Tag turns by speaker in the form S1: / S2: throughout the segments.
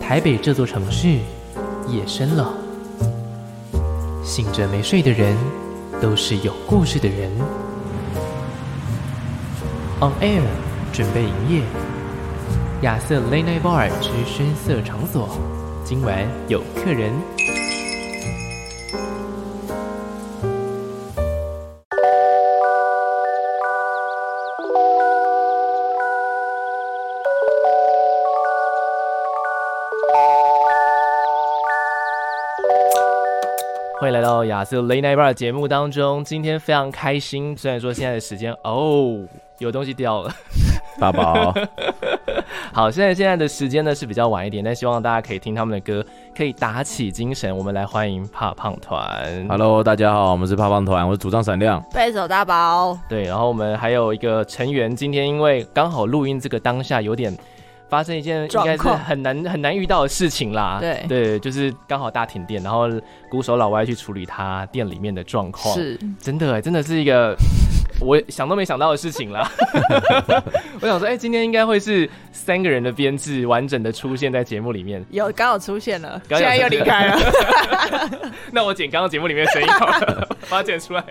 S1: 台北这座城市，夜深了。醒着没睡的人，都是有故事的人。On Air 准备营业，亚瑟 Late Night Bar 之深色场所，今晚有客人。欢迎来到亚瑟 Late Night Bar 节目当中，今天非常开心，虽然说现在的时间哦，有东西掉了。
S2: 大宝，
S1: 好，现在现在的时间呢是比较晚一点，但希望大家可以听他们的歌，可以打起精神。我们来欢迎怕胖团。
S2: ，Hello，大家好，我们是胖胖团，我是组长闪亮。
S3: 贝手大宝，
S1: 对，然后我们还有一个成员，今天因为刚好录音这个当下有点发生一件应该
S3: 状
S1: 是
S3: 况
S1: 很难很难遇到的事情啦。
S3: 对
S1: 对，就是刚好大停电，然后鼓手老歪去处理他店里面的状况。
S3: 是
S1: 真的欸，真的是一个我想都没想到的事情啦。 我想说，哎、今天应该会是三个人的编制完整的出现在节目里面。
S3: 有刚好出现了，
S1: 刚好
S3: 现在又离开了。
S1: 那我剪刚刚节目里面的声音好了， 把它剪出来。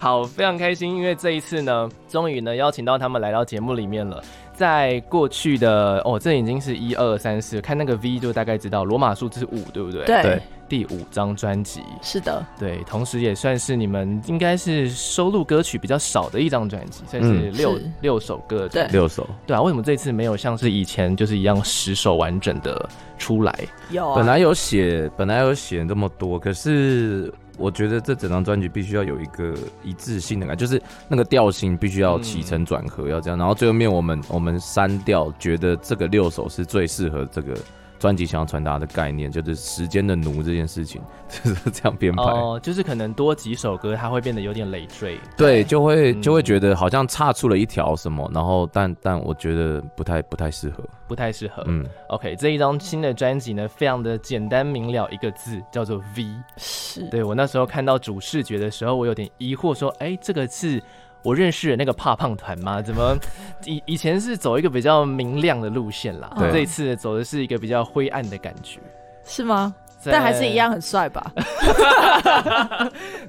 S1: 好，非常开心，因为这一次呢，终于呢邀请到他们来到节目里面了。在过去的哦，这已经是一二三四，看那个 V 就大概知道罗马数字五，对不对？，
S3: 对
S2: 对，
S1: 第五张专辑，
S3: 是的，
S1: 对，同时也算是你们应该是收录歌曲比较少的一张专辑，算是
S2: 嗯
S1: 六、
S3: 是
S1: 六首歌的专辑。
S2: 六首，
S1: 对啊，为什么这次没有像是以前就是一样十首完整的出来？
S3: 有啊
S2: 本来有写，本来有写那么多，可是我觉得这整张专辑必须要有一个一致性的感觉，就是那个调性必须要起承转合，要这样。然后最后面我们我们删掉，觉得这个六首是最适合这个专辑想要传达的概念，就是时间的奴这件事情，就是这样编排。
S1: 哦、就是可能多几首歌，它会变得有点累赘。
S2: 对，就会
S1: 嗯
S2: 就会觉得好像差出了一条什么，然后但但我觉得不太不太适合，
S1: 不太适合。
S2: 嗯，
S1: OK，这一张新的专辑呢，非常的简单明了，一个字叫做 V。
S3: 是
S1: 对我那时候看到主视觉的时候，我有点疑惑，说：“哎，这个是我认识的那个怕胖团吗？怎么 以以前是走一个比较明亮的路线啦，
S2: 对
S1: 这一次走的是一个比较灰暗的感觉。”
S3: 是吗？但还是一。样很帅吧？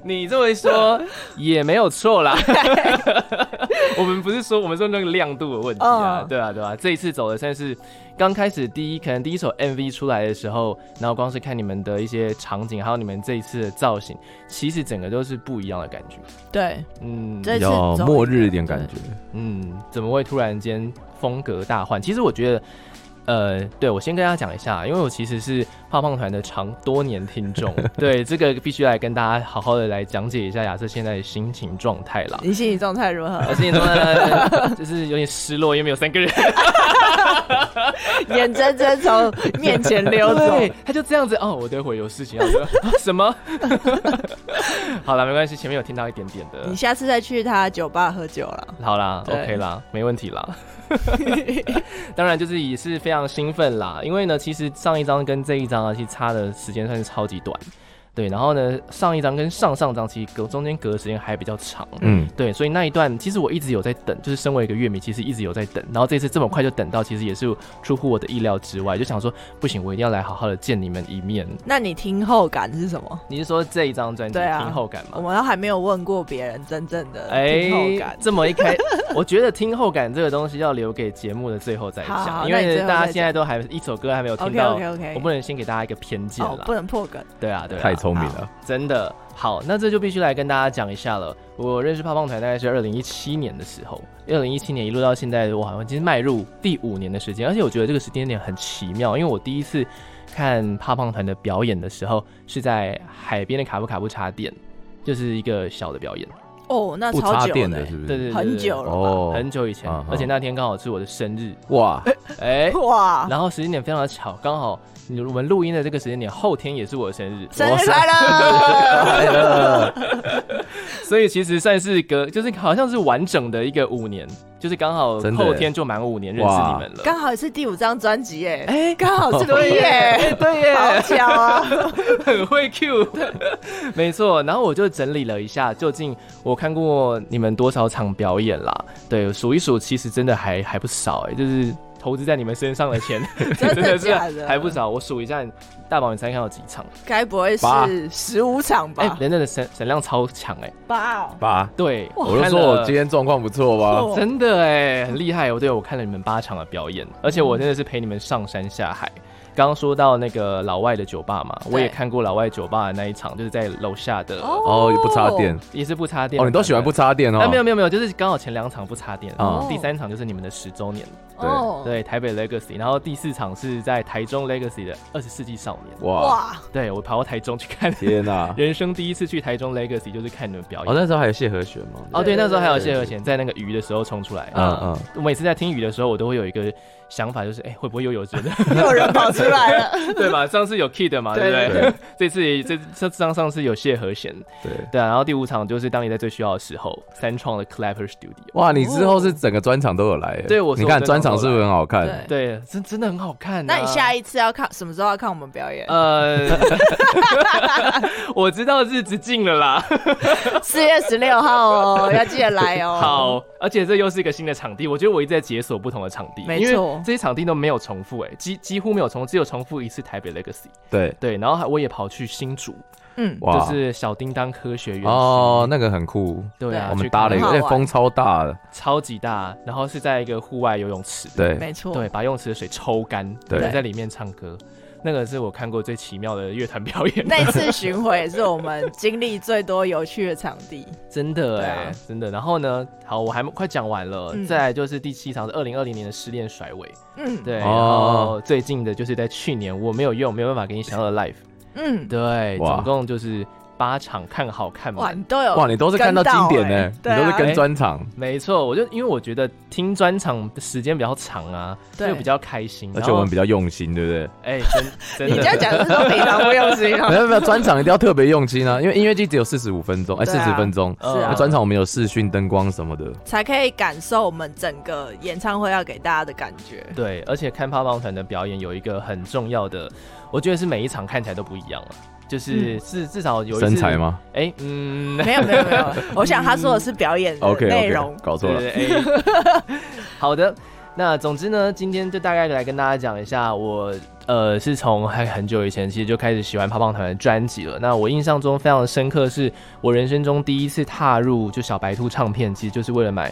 S1: 你这么说也没有错啦。我们不是说我们说那个亮度的问题啊，
S3: 嗯
S1: 对啊对啊，这一次走的算是刚开始第一，可能第一首 MV 出来的时候，然后光是看你们的一些场景，还有你们这一次的造型，其实整个都是不一样的感觉。
S3: 对，
S1: 嗯
S3: 这
S2: 比
S3: 次
S2: 较
S3: 走
S2: 末日一点感觉。
S1: 嗯，怎么会突然间风格大换？其实我觉得。呃，对我先跟大家讲一下，啊因为我其实是胖胖团的长多年听众，对这个必须来跟大家好好的来讲解一下亚瑟现在的心情状态啦。
S3: 你心理状态如 何？
S1: 我心情中呢，就是有点失落，因为没有三个人。
S3: 眼睁睁从面前溜走，
S1: 对，他就这样子哦，我待会有事情要说、啊什么？好了，没关系，前面有听到一点点的
S3: 你，下次再去他酒吧喝酒了。
S1: 好啦
S3: 对
S1: ，OK 啦，没问题啦。 当然就是也是非常兴奋啦，因为呢，其实上一张跟这一张啊，其实差的时间算是超级短。对，然后呢，上一张跟上上张其实隔中间隔的时间还比较长，
S2: 嗯，
S1: 对，所以那一段其实我一直有在等，就是身为一个乐迷，其实一直有在等。然后这次这么快就等到，其实也是出乎我的意料之外，就想说不行，我一定要来好好的见你们一面。
S3: 那你听后感是什么？
S1: 你是说这一张专辑
S3: 对啊
S1: 听后感
S3: 我
S1: 吗？
S3: 们都还没有问过别人真正的
S1: 哎
S3: 听后感，。
S1: 这么一开，我觉得听后感这个东西要留给节目的最后再
S3: 好
S1: 讲，
S3: 好
S1: 因
S3: 那你
S1: 为
S3: 最后
S1: 大家
S3: 再
S1: 现在都还一首歌还没有听
S3: OK
S1: 到
S3: OK，OK，
S1: 我不能先给大家一个偏见
S3: 哦
S1: 啦
S3: 不。能破梗，
S1: 对啊，对啊，
S2: 太聪明了。
S1: 真的好，那这就必须来跟大家讲一下了。我认识泡泡团大概是二零一七年的时候，二零一七年一路到现在，我好像已经迈入第五年的时间，而且我觉得这个时间点很奇妙，因为我第一次看胖胖团的表演的时候是在海边的卡布卡布茶店，就是一个小的表演，
S3: 哦，那
S2: 不
S3: 超
S2: 插
S3: 久
S2: 电
S3: 了
S2: 的
S3: 欸
S2: 是不是？
S1: 对对对，
S3: 很久
S1: 了，
S3: 了
S1: 很久以前
S2: 啊，哈
S1: 而且那天刚好是我的生日，
S2: 哇，
S1: 哎、
S3: 吧？哇，
S1: 然后时间点非常的巧，刚好你我们录音的这个时间点后天也是我的生日，
S3: 生日快乐！
S1: 所以其实算是隔，就是好像是完整的一个五年，就是刚好
S2: 真的
S1: 后天就满五年认识你们了。
S3: 刚好也是第五张专辑耶，
S1: 哎
S3: 刚好是
S1: 对
S3: 对
S1: 耶哎
S3: 耶，
S1: 对
S3: 好
S1: 耶，
S3: 巧 啊！
S1: 很会 Q，没错。然后我就整理了一下，究竟我看过你们多少场表演啦？对，数一数，其实真的还还不少哎、就是投资在你们身上的钱
S3: 真的
S1: 是
S3: 假的
S1: 还不少。我数一下，大宝你猜看有几场？
S3: 该不会
S2: 八
S3: 是十五场
S1: 哎、
S3: 吧？
S1: 人家的神神量超强哎、
S3: 八哦，
S2: 八，
S1: 对，
S2: 我就
S1: 看
S2: 说我
S1: 了
S2: 今天状况不错吧。
S3: 哦
S1: 真的哎，很厉害哦！对，我看了你们八场的表演，
S3: 嗯
S1: 而且我真的是陪你们上山下海。刚刚说到那个老外的酒吧嘛，
S3: 对
S1: 我也看过老外酒吧的那一场，就是在楼下的，
S2: 哦，不插电，
S1: 也是不插电。
S2: 哦，你都喜欢不？插电
S1: 啊，没有
S2: 哦。
S1: 没有没有，就是刚好前两场不插电，
S2: 哦
S1: 第三场就是你们的十周年，
S2: 对
S3: 哦，
S1: 对，台北 Legacy，然后第四场是在台中 Legacy 的二十世纪少年，
S2: 哇，
S3: 哇，
S1: 对我跑到台中去看，
S2: 天 哪！
S1: 人生第一次去台中 Legacy 就是看你们表
S2: 哦，
S1: 演。
S2: 那时候还有谢和弦吗？
S1: 哦，对，那时候还有谢和
S2: 对
S1: 弦在那个鱼的时候冲出来，
S2: 嗯嗯，
S1: 我每次在听雨的时候，我都会有一个想法，就是哎、会不会又 有真的，
S3: 又有人跑出来 了，
S1: 对吧？上次有 Kid 嘛，对
S3: 对
S1: 不
S2: 对
S1: 对？ 这次也这这上上次有谢和弦，
S2: 对。
S1: 对啊。然后第五场就是当你在最需要的时候，三创的 Clapper Studio，
S2: 哇，你之后是整个专场都有来耶？
S1: 对我是
S2: 你看
S1: 我
S2: 专
S1: 专场
S2: 场是不是很好看？
S3: 对
S1: 对，真真的很好看、
S3: 那你下
S1: 一
S3: 一次要看什么时候要看我们表演？
S1: 呃， 我知道日子近了啦。
S3: 四月十六号哦，要记得来哦。，
S1: 好，而且这又是一个新的场地，我觉得我一直在解锁不同的场地，
S3: 没
S1: 因为
S3: 错
S1: 这些场地都没有重复、哎，几几乎没有重复，只有重复一次台北 Legacy。
S2: 对，
S1: 对，然后还我也跑去新竹，
S3: 嗯，
S2: 哇，
S1: 就是小叮当科学园区
S2: 哦，，那个很酷，
S1: 对啊，
S2: 我们
S1: 去
S2: 搭了一个，而
S3: 很
S1: 看
S3: 好
S2: 且
S3: 玩
S2: 风超大的，
S1: 超级大，然后是在一个户外游泳池，
S2: 对，
S3: 没错，
S1: 对，把游泳池的水抽干，
S2: 对
S1: 然后在里面唱歌，那个是我看过最奇妙的乐团 表演，
S3: 那一次巡回也是我们经历最多有趣的场地。
S1: 真的
S3: 对
S1: 哎、
S3: 啊
S1: 真的。然后呢，好，我还快讲完了，
S3: 嗯
S1: 再来就是第七场是二零二零年的失恋甩尾，
S3: 嗯，
S1: 对，
S2: 哦
S1: 然后最近的就是在去年我没有用，没有办法给你想到的 life，
S3: 嗯，
S1: 对，
S2: 哇
S1: 总共就是八场看好看
S3: 哇，
S1: 满
S3: 你。都有
S2: 哇，你都是看到经典呢，
S3: 跟到欸
S2: 你都是
S3: 对
S1: 啊
S2: 跟专场，
S1: 没错，我就因为我觉得听专场的时间比较长啊，所
S3: 对
S1: 以我比较开心。
S2: 而
S1: 然
S2: 且
S1: 后
S2: 我们比较用心，对不对？
S1: 哎、 真
S3: 你这
S1: 真的，
S3: 样讲是 说平常不用心
S2: 没
S3: 哦。
S2: 有没有，专场一定要特别用心啊，因为音乐季只有四十五分钟，哎，
S3: 对
S2: 四
S3: 啊
S2: 十分钟，
S1: 嗯
S3: 是啊
S2: 那专场我们有视讯、灯光什么的，
S3: 才可以感受我们整个演唱会要给大家的感觉。
S1: 对，而且看泡泡团的表演有一个很重要的，我觉得是每一场看起来都不一样了、
S3: 嗯
S1: 就是至至少有一次
S2: 身材？吗
S1: 哎、嗯，
S3: 没有没有没有，我想他说的是表 演的
S2: ？OK
S3: 内
S2: OK，
S3: 容。
S2: 搞错了，
S1: 对对对哎 好的，那总之呢，今天就大概来跟大家讲一下，我呃是从还很久以前其实就开始喜欢泡泡团的专辑了。那我印象中非常深刻，是我人生中第一次踏入就小白兔唱片，其实就是为了买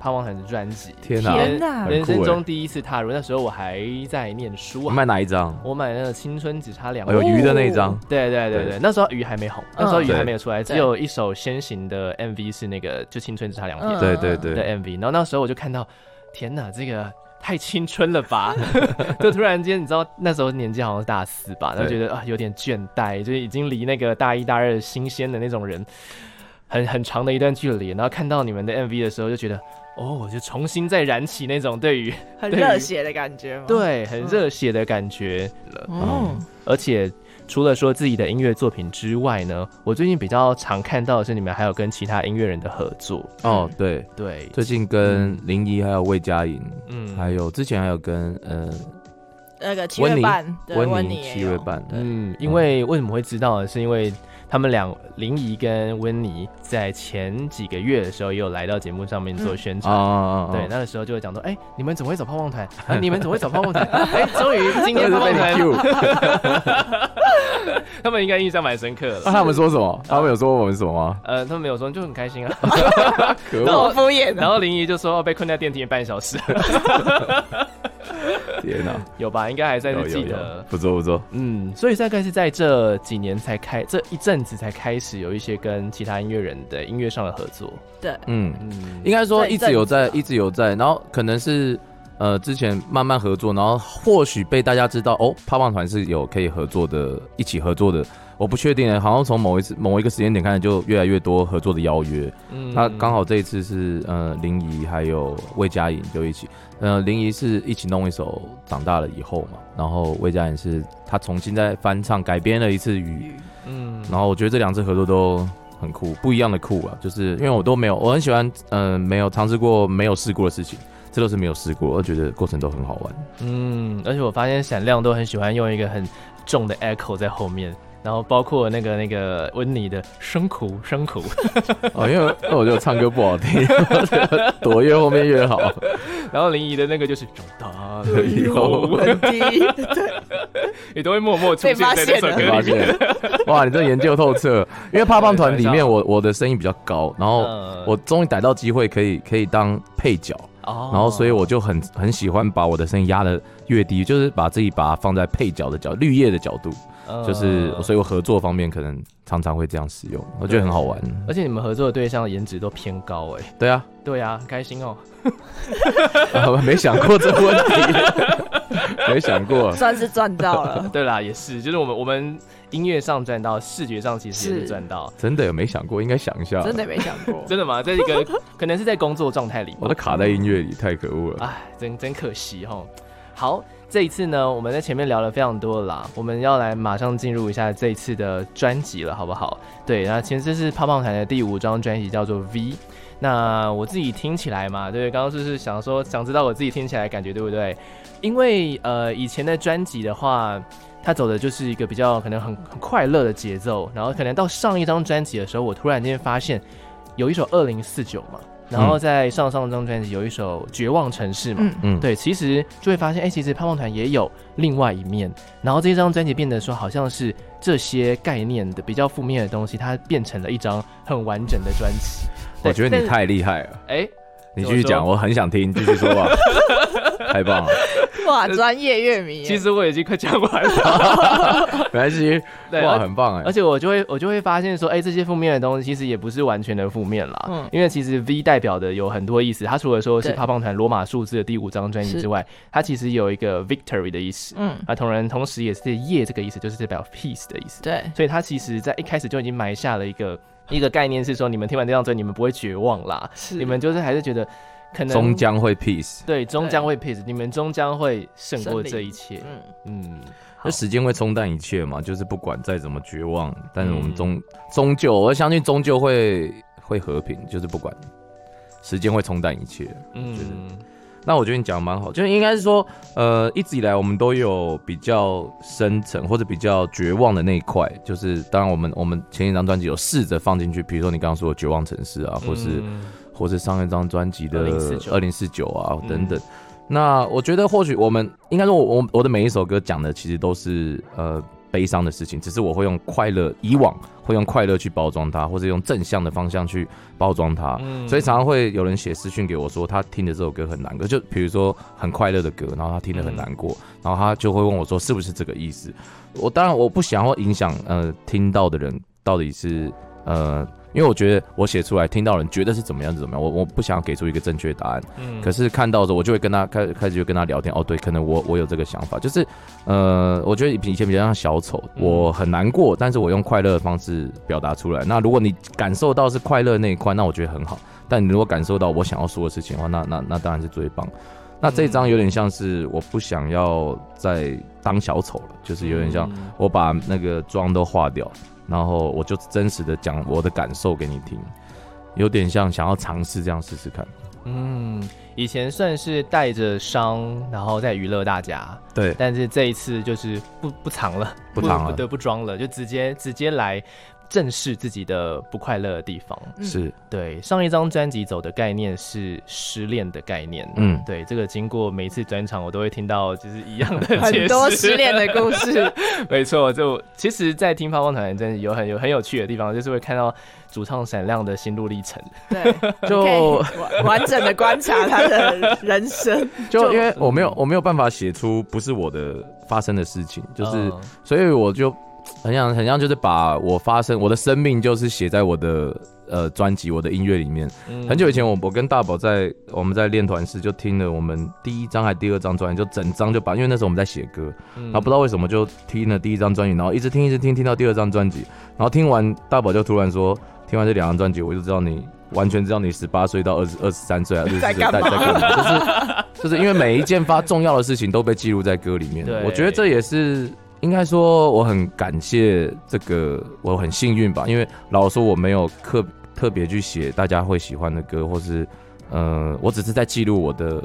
S1: 泡泡团的专辑。
S2: 天哪，
S3: 天
S2: 很
S3: 哪
S2: 酷
S1: 人生
S2: 欸
S1: 中第一次踏入，那时候我还在念书
S2: 你
S1: 啊。
S2: 卖哪一张？
S1: 我买那个《青春只差两
S2: 哦，有
S1: 步》，
S2: 鱼的那一张，
S1: 对对对对，那时候鱼还没红，那时候鱼还没有出
S3: 对
S1: 来，只有一首先行的 MV 是那个就《青春只差两步》
S3: 嗯
S2: 对对对
S1: 的 MV，然后那时候我就看到，天哪，这个太青春了吧！ 就突然间，你知道那时候年纪好像是大四吧，然后觉
S2: 对
S1: 得啊有点倦怠，就是已经离那个大一大二新鲜的那种人很很长的一段距离，然后看到你们的 MV 的时候，就觉得哦，我就重新再燃起那种对于
S3: 很
S1: 对于
S3: 热血的感觉吗？，
S1: 对很热血的感觉了。
S3: 哦，
S1: 而且除了说自己的音乐作品之外呢，我最近比较常看到的是你们还有跟其他音乐人的合作。
S2: 哦，对，
S1: 对，
S2: 最近跟林怡还有魏佳莹，
S1: 嗯
S2: 还有之前还有跟呃
S3: 那个七
S2: 温
S3: 月
S2: 妮
S3: 半，对温
S2: 妮
S3: 妮也
S2: 七
S3: 有
S2: 月半，
S3: 对，
S1: 嗯，因为为什么会知道呢？是因为他们俩林怡跟温妮在前几个月的时候也有来到节目上面
S3: 嗯
S1: 做宣
S2: 啊
S1: 传。
S2: 啊啊，
S1: 对，那个时候就会讲说，哎、你们怎么会走泡泡团？ 啊，你们怎么会走泡泡团？哎、终于今
S2: 那
S1: 天
S2: 是
S1: 泡泡
S2: 被你
S1: 团，
S2: Q，
S1: 他们应该印象蛮深刻的
S2: 那。他们说什么？他们有说我们什么吗？
S1: 呃，他们没有说，就很开心
S2: 哦
S1: 啊。
S2: 可
S1: 那
S2: 恶！
S1: 我
S3: 我敷衍
S1: 然
S3: 的。
S1: 后林怡就说，哦，被困在电梯里半小时，
S2: 天哪，
S1: 有吧？应该还算
S2: 有
S1: 是
S2: 有
S1: 记
S2: 有
S1: 得，。
S2: 不错不错，
S1: 嗯，所以大概是在这几年才开，这一阵子才开始有一些跟其他音乐人的音乐上的合作。
S3: 对，
S2: 嗯，
S1: 嗯，
S2: 应该说
S3: 这一
S2: 一直有在，
S3: 阵子啊
S2: 一直有在，然后可能是。呃，之前慢慢合作，然后或许被大家知道哦，胖胖团是有可以合作的，一起合作的，我不确定，好像从某一次某一个时间点开始，就越来越多合作的邀约。
S1: 嗯
S2: 那刚好这一次是呃林怡还有魏佳颖就一起，呃林怡是一起弄一首《长大了以后》嘛，然后魏佳颖是她重新再翻唱改编了一次《雨
S3: 雨》，
S1: 嗯，
S2: 然后我觉得这两次合作都很酷，不一样的酷啊，就是因为我都没有，我很喜欢嗯、呃没有尝试过没有试过的事情，这都是没有试过，我觉得过程都很好玩。
S1: 嗯，而且我发现闪亮都很喜欢用一个很重的 echo 在后面，然后包括那个那个温妮的《生苦生苦》，
S2: 哦，因为因为我觉得我唱歌不好听， 躲越后面越好。
S1: 然后林怡的那个就是长大了以
S2: 以
S1: 后
S2: 后，
S3: 很低，
S1: 你都会默默出
S3: 被
S1: 现
S3: 发
S1: 在那首
S3: 现了
S1: 歌
S2: 发
S1: 里面。
S2: 现，哇，你这研究透彻。因为怕棒团里面我，我的声音比较高，然后
S1: 嗯
S2: 我终于逮到机会可以可以当配角，
S1: 哦
S2: 然后所以我就很很喜欢把我的声音压得越低，就是把自己把它放在配角的角绿叶的角度，就是
S1: 嗯
S2: 所以我合作方面可能常常会这样使用，我觉得很好玩。
S1: 而且你们合作的对象颜值都偏高哎、
S2: 对啊，
S1: 对啊，很开心哦。
S2: 啊没想过这个问题， 没想过。
S3: 算是赚到了。
S1: 对啦，也是，就是我们我们音乐上赚到，视觉上其实也是
S3: 是
S1: 赚到。
S2: 真的有没想过，应该想一下。
S3: 真的没想过，
S1: 真的吗？在一个 可能是在工作状态里，
S2: 我都卡在音乐里，太可恶了。
S1: 哎，真真可惜哈。好，这一次呢，我们在前面聊了非常多了啦，我们要来马上进入一下这一次的专辑了，好不好？对，那前这是胖胖团的第五张专辑，叫做《V》。那我自己听起来嘛，对不对？刚刚就是想说，想知道我自己听起来的感觉对不对？因为呃，以前的专辑的话，它走的就是一个比较可能很很快乐的节奏，然后可能到上一张专辑的时候，我突然间发现有一首《二零四九》嘛，然后在上上张专辑有一首《绝望城市》嘛，
S3: 嗯，
S2: 嗯，
S1: 对，其实就会发现，哎、其实胖胖团也有另外一面。然后这张专辑变得说，好像是这些概念的比较负面的东西，它变成了一张很完整的专辑。对
S2: 我觉得
S1: 但
S2: 你
S1: 是
S2: 太厉害了，
S1: 哎、
S2: 你继续
S1: 怎
S2: 讲，
S1: 么
S2: 我很想听，继续 说吧。太棒了，
S3: 哇，专业乐迷耶，
S1: 其实我已经快讲完 了。
S2: 没关系，
S1: 对，
S2: 哇，
S1: 而
S2: 很棒哎
S1: 而。且我就会我就会发现说，哎、这些负面的东西其实也不是完全的负面啦，
S3: 嗯
S1: 因为其实 V 代表的有很多意思，它除了说是
S3: 对
S1: 胖胖团罗马数字的第五张专辑
S3: 是
S1: 之外，它其实有一个 victory 的意思，
S3: 嗯，
S1: 啊，同人同时也是夜这个意思，就是代表 peace 的意思。
S3: 对，
S1: 所以他其实在一开始就已经埋下了一个一个概念，是说你们听完这张专辑，你们不会绝望啦，
S3: 是
S1: 你们就是还是觉得可能
S2: 终将会 peace，
S1: 对终将会 peace，你们终将会胜过
S3: 胜利
S1: 这一切。
S3: 嗯，
S1: 嗯，好
S2: 那时间会冲淡一切嘛，就是不管再怎么绝望，但是我们终终究，我相信终究会会和平，就是不管时间会冲淡一切。就是
S1: 嗯，
S2: 那我觉得你讲得蛮好，就是应该是说，呃，一直以来我们都有比较深层或者比较绝望的那一块，就是当然我们我们前一张专辑有试着放进去，比如说你刚刚说的《绝望城市》啊，或是、
S1: 嗯
S2: 或是上一张专辑的
S1: 2049
S2: 二零四九啊
S1: 嗯
S2: 等等。那我觉得或许我们应该说我，我我的每一首歌讲的其实都是呃悲伤的事情，只是我会用快乐，以往会用快乐去包装它，或者用正向的方向去包装它。
S1: 嗯
S2: 所以常常会有人写私讯给我说，他听的这首歌很难过，就比如说很快乐的歌，然后他听得很难过，然后他就会问我说是不是这个意思？我当然我不想要影响呃听到的人到底是呃，因为我觉得我写出来听到人觉得是怎么样子怎么样，我我不想要给出一个正确答案。
S1: 嗯
S2: 可是看到的时候，我就会跟他开开始就跟他聊天。哦，对，可能我我有这个想法，就是呃，我觉得以前比较像小丑，
S1: 嗯
S2: 我很难过，但是我用快乐的方式表达出来。那如果你感受到是快乐那一块，那我觉得很好。但你如果感受到我想要说的事情的话，那那那当然是最棒。那这一张有点像是我不想要再当小丑了，就是有点像
S1: 嗯
S2: 我把那个妆都化掉，然后我就真实的讲我的感受给你听，有点像想要尝试这样试试看。
S1: 嗯，以前算是带着伤，然后再娱乐大家，
S2: 对，
S1: 但是这一次就是不不藏了，
S2: 不藏了
S1: 不得不装了，就直接直接来正视自己的不快乐的地方。
S3: 嗯
S2: 是，
S1: 对，上一张专辑走的概念是失恋的概念。
S2: 嗯
S1: 对，这个经过每一次专场，我都会听到就是一样 的解释
S3: 很多失恋的故事，
S1: 没错，就其实，在听发光团的专辑有很有很有趣的地方，就是会看到主唱闪亮的心路历程。
S3: 对，可
S2: 就
S3: 以完完整的观察他的人生，
S2: 就因为我没有
S1: 嗯
S2: 我没有办法写出不是我的发生的事情，就是
S1: 嗯
S2: 所以我就很想很像就是把我发生我的生命就是写在我的呃专辑我的音乐里面。
S1: 嗯
S2: 很久以前我我跟大宝在我们在练团时就听了我们第一张还第二张专辑，就整张就把因为那时候我们在写歌，
S1: 嗯
S2: 然后不知道为什么就听了第一张专辑，然后一直听一直听听到第二张专辑，然后听完大宝就突然说，听完这两张专辑我就知道你。完全知道你十八岁到二十二十三岁 啊，就是
S3: 在干嘛
S2: 就是 就是因为每一件发重要的事情都被记录在歌里面
S1: 对。
S2: 我觉得这也是应该说我很感谢这个，我很幸运吧，因为老实说我没有特特别去写大家会喜欢的歌，或是呃，我只是在记录我的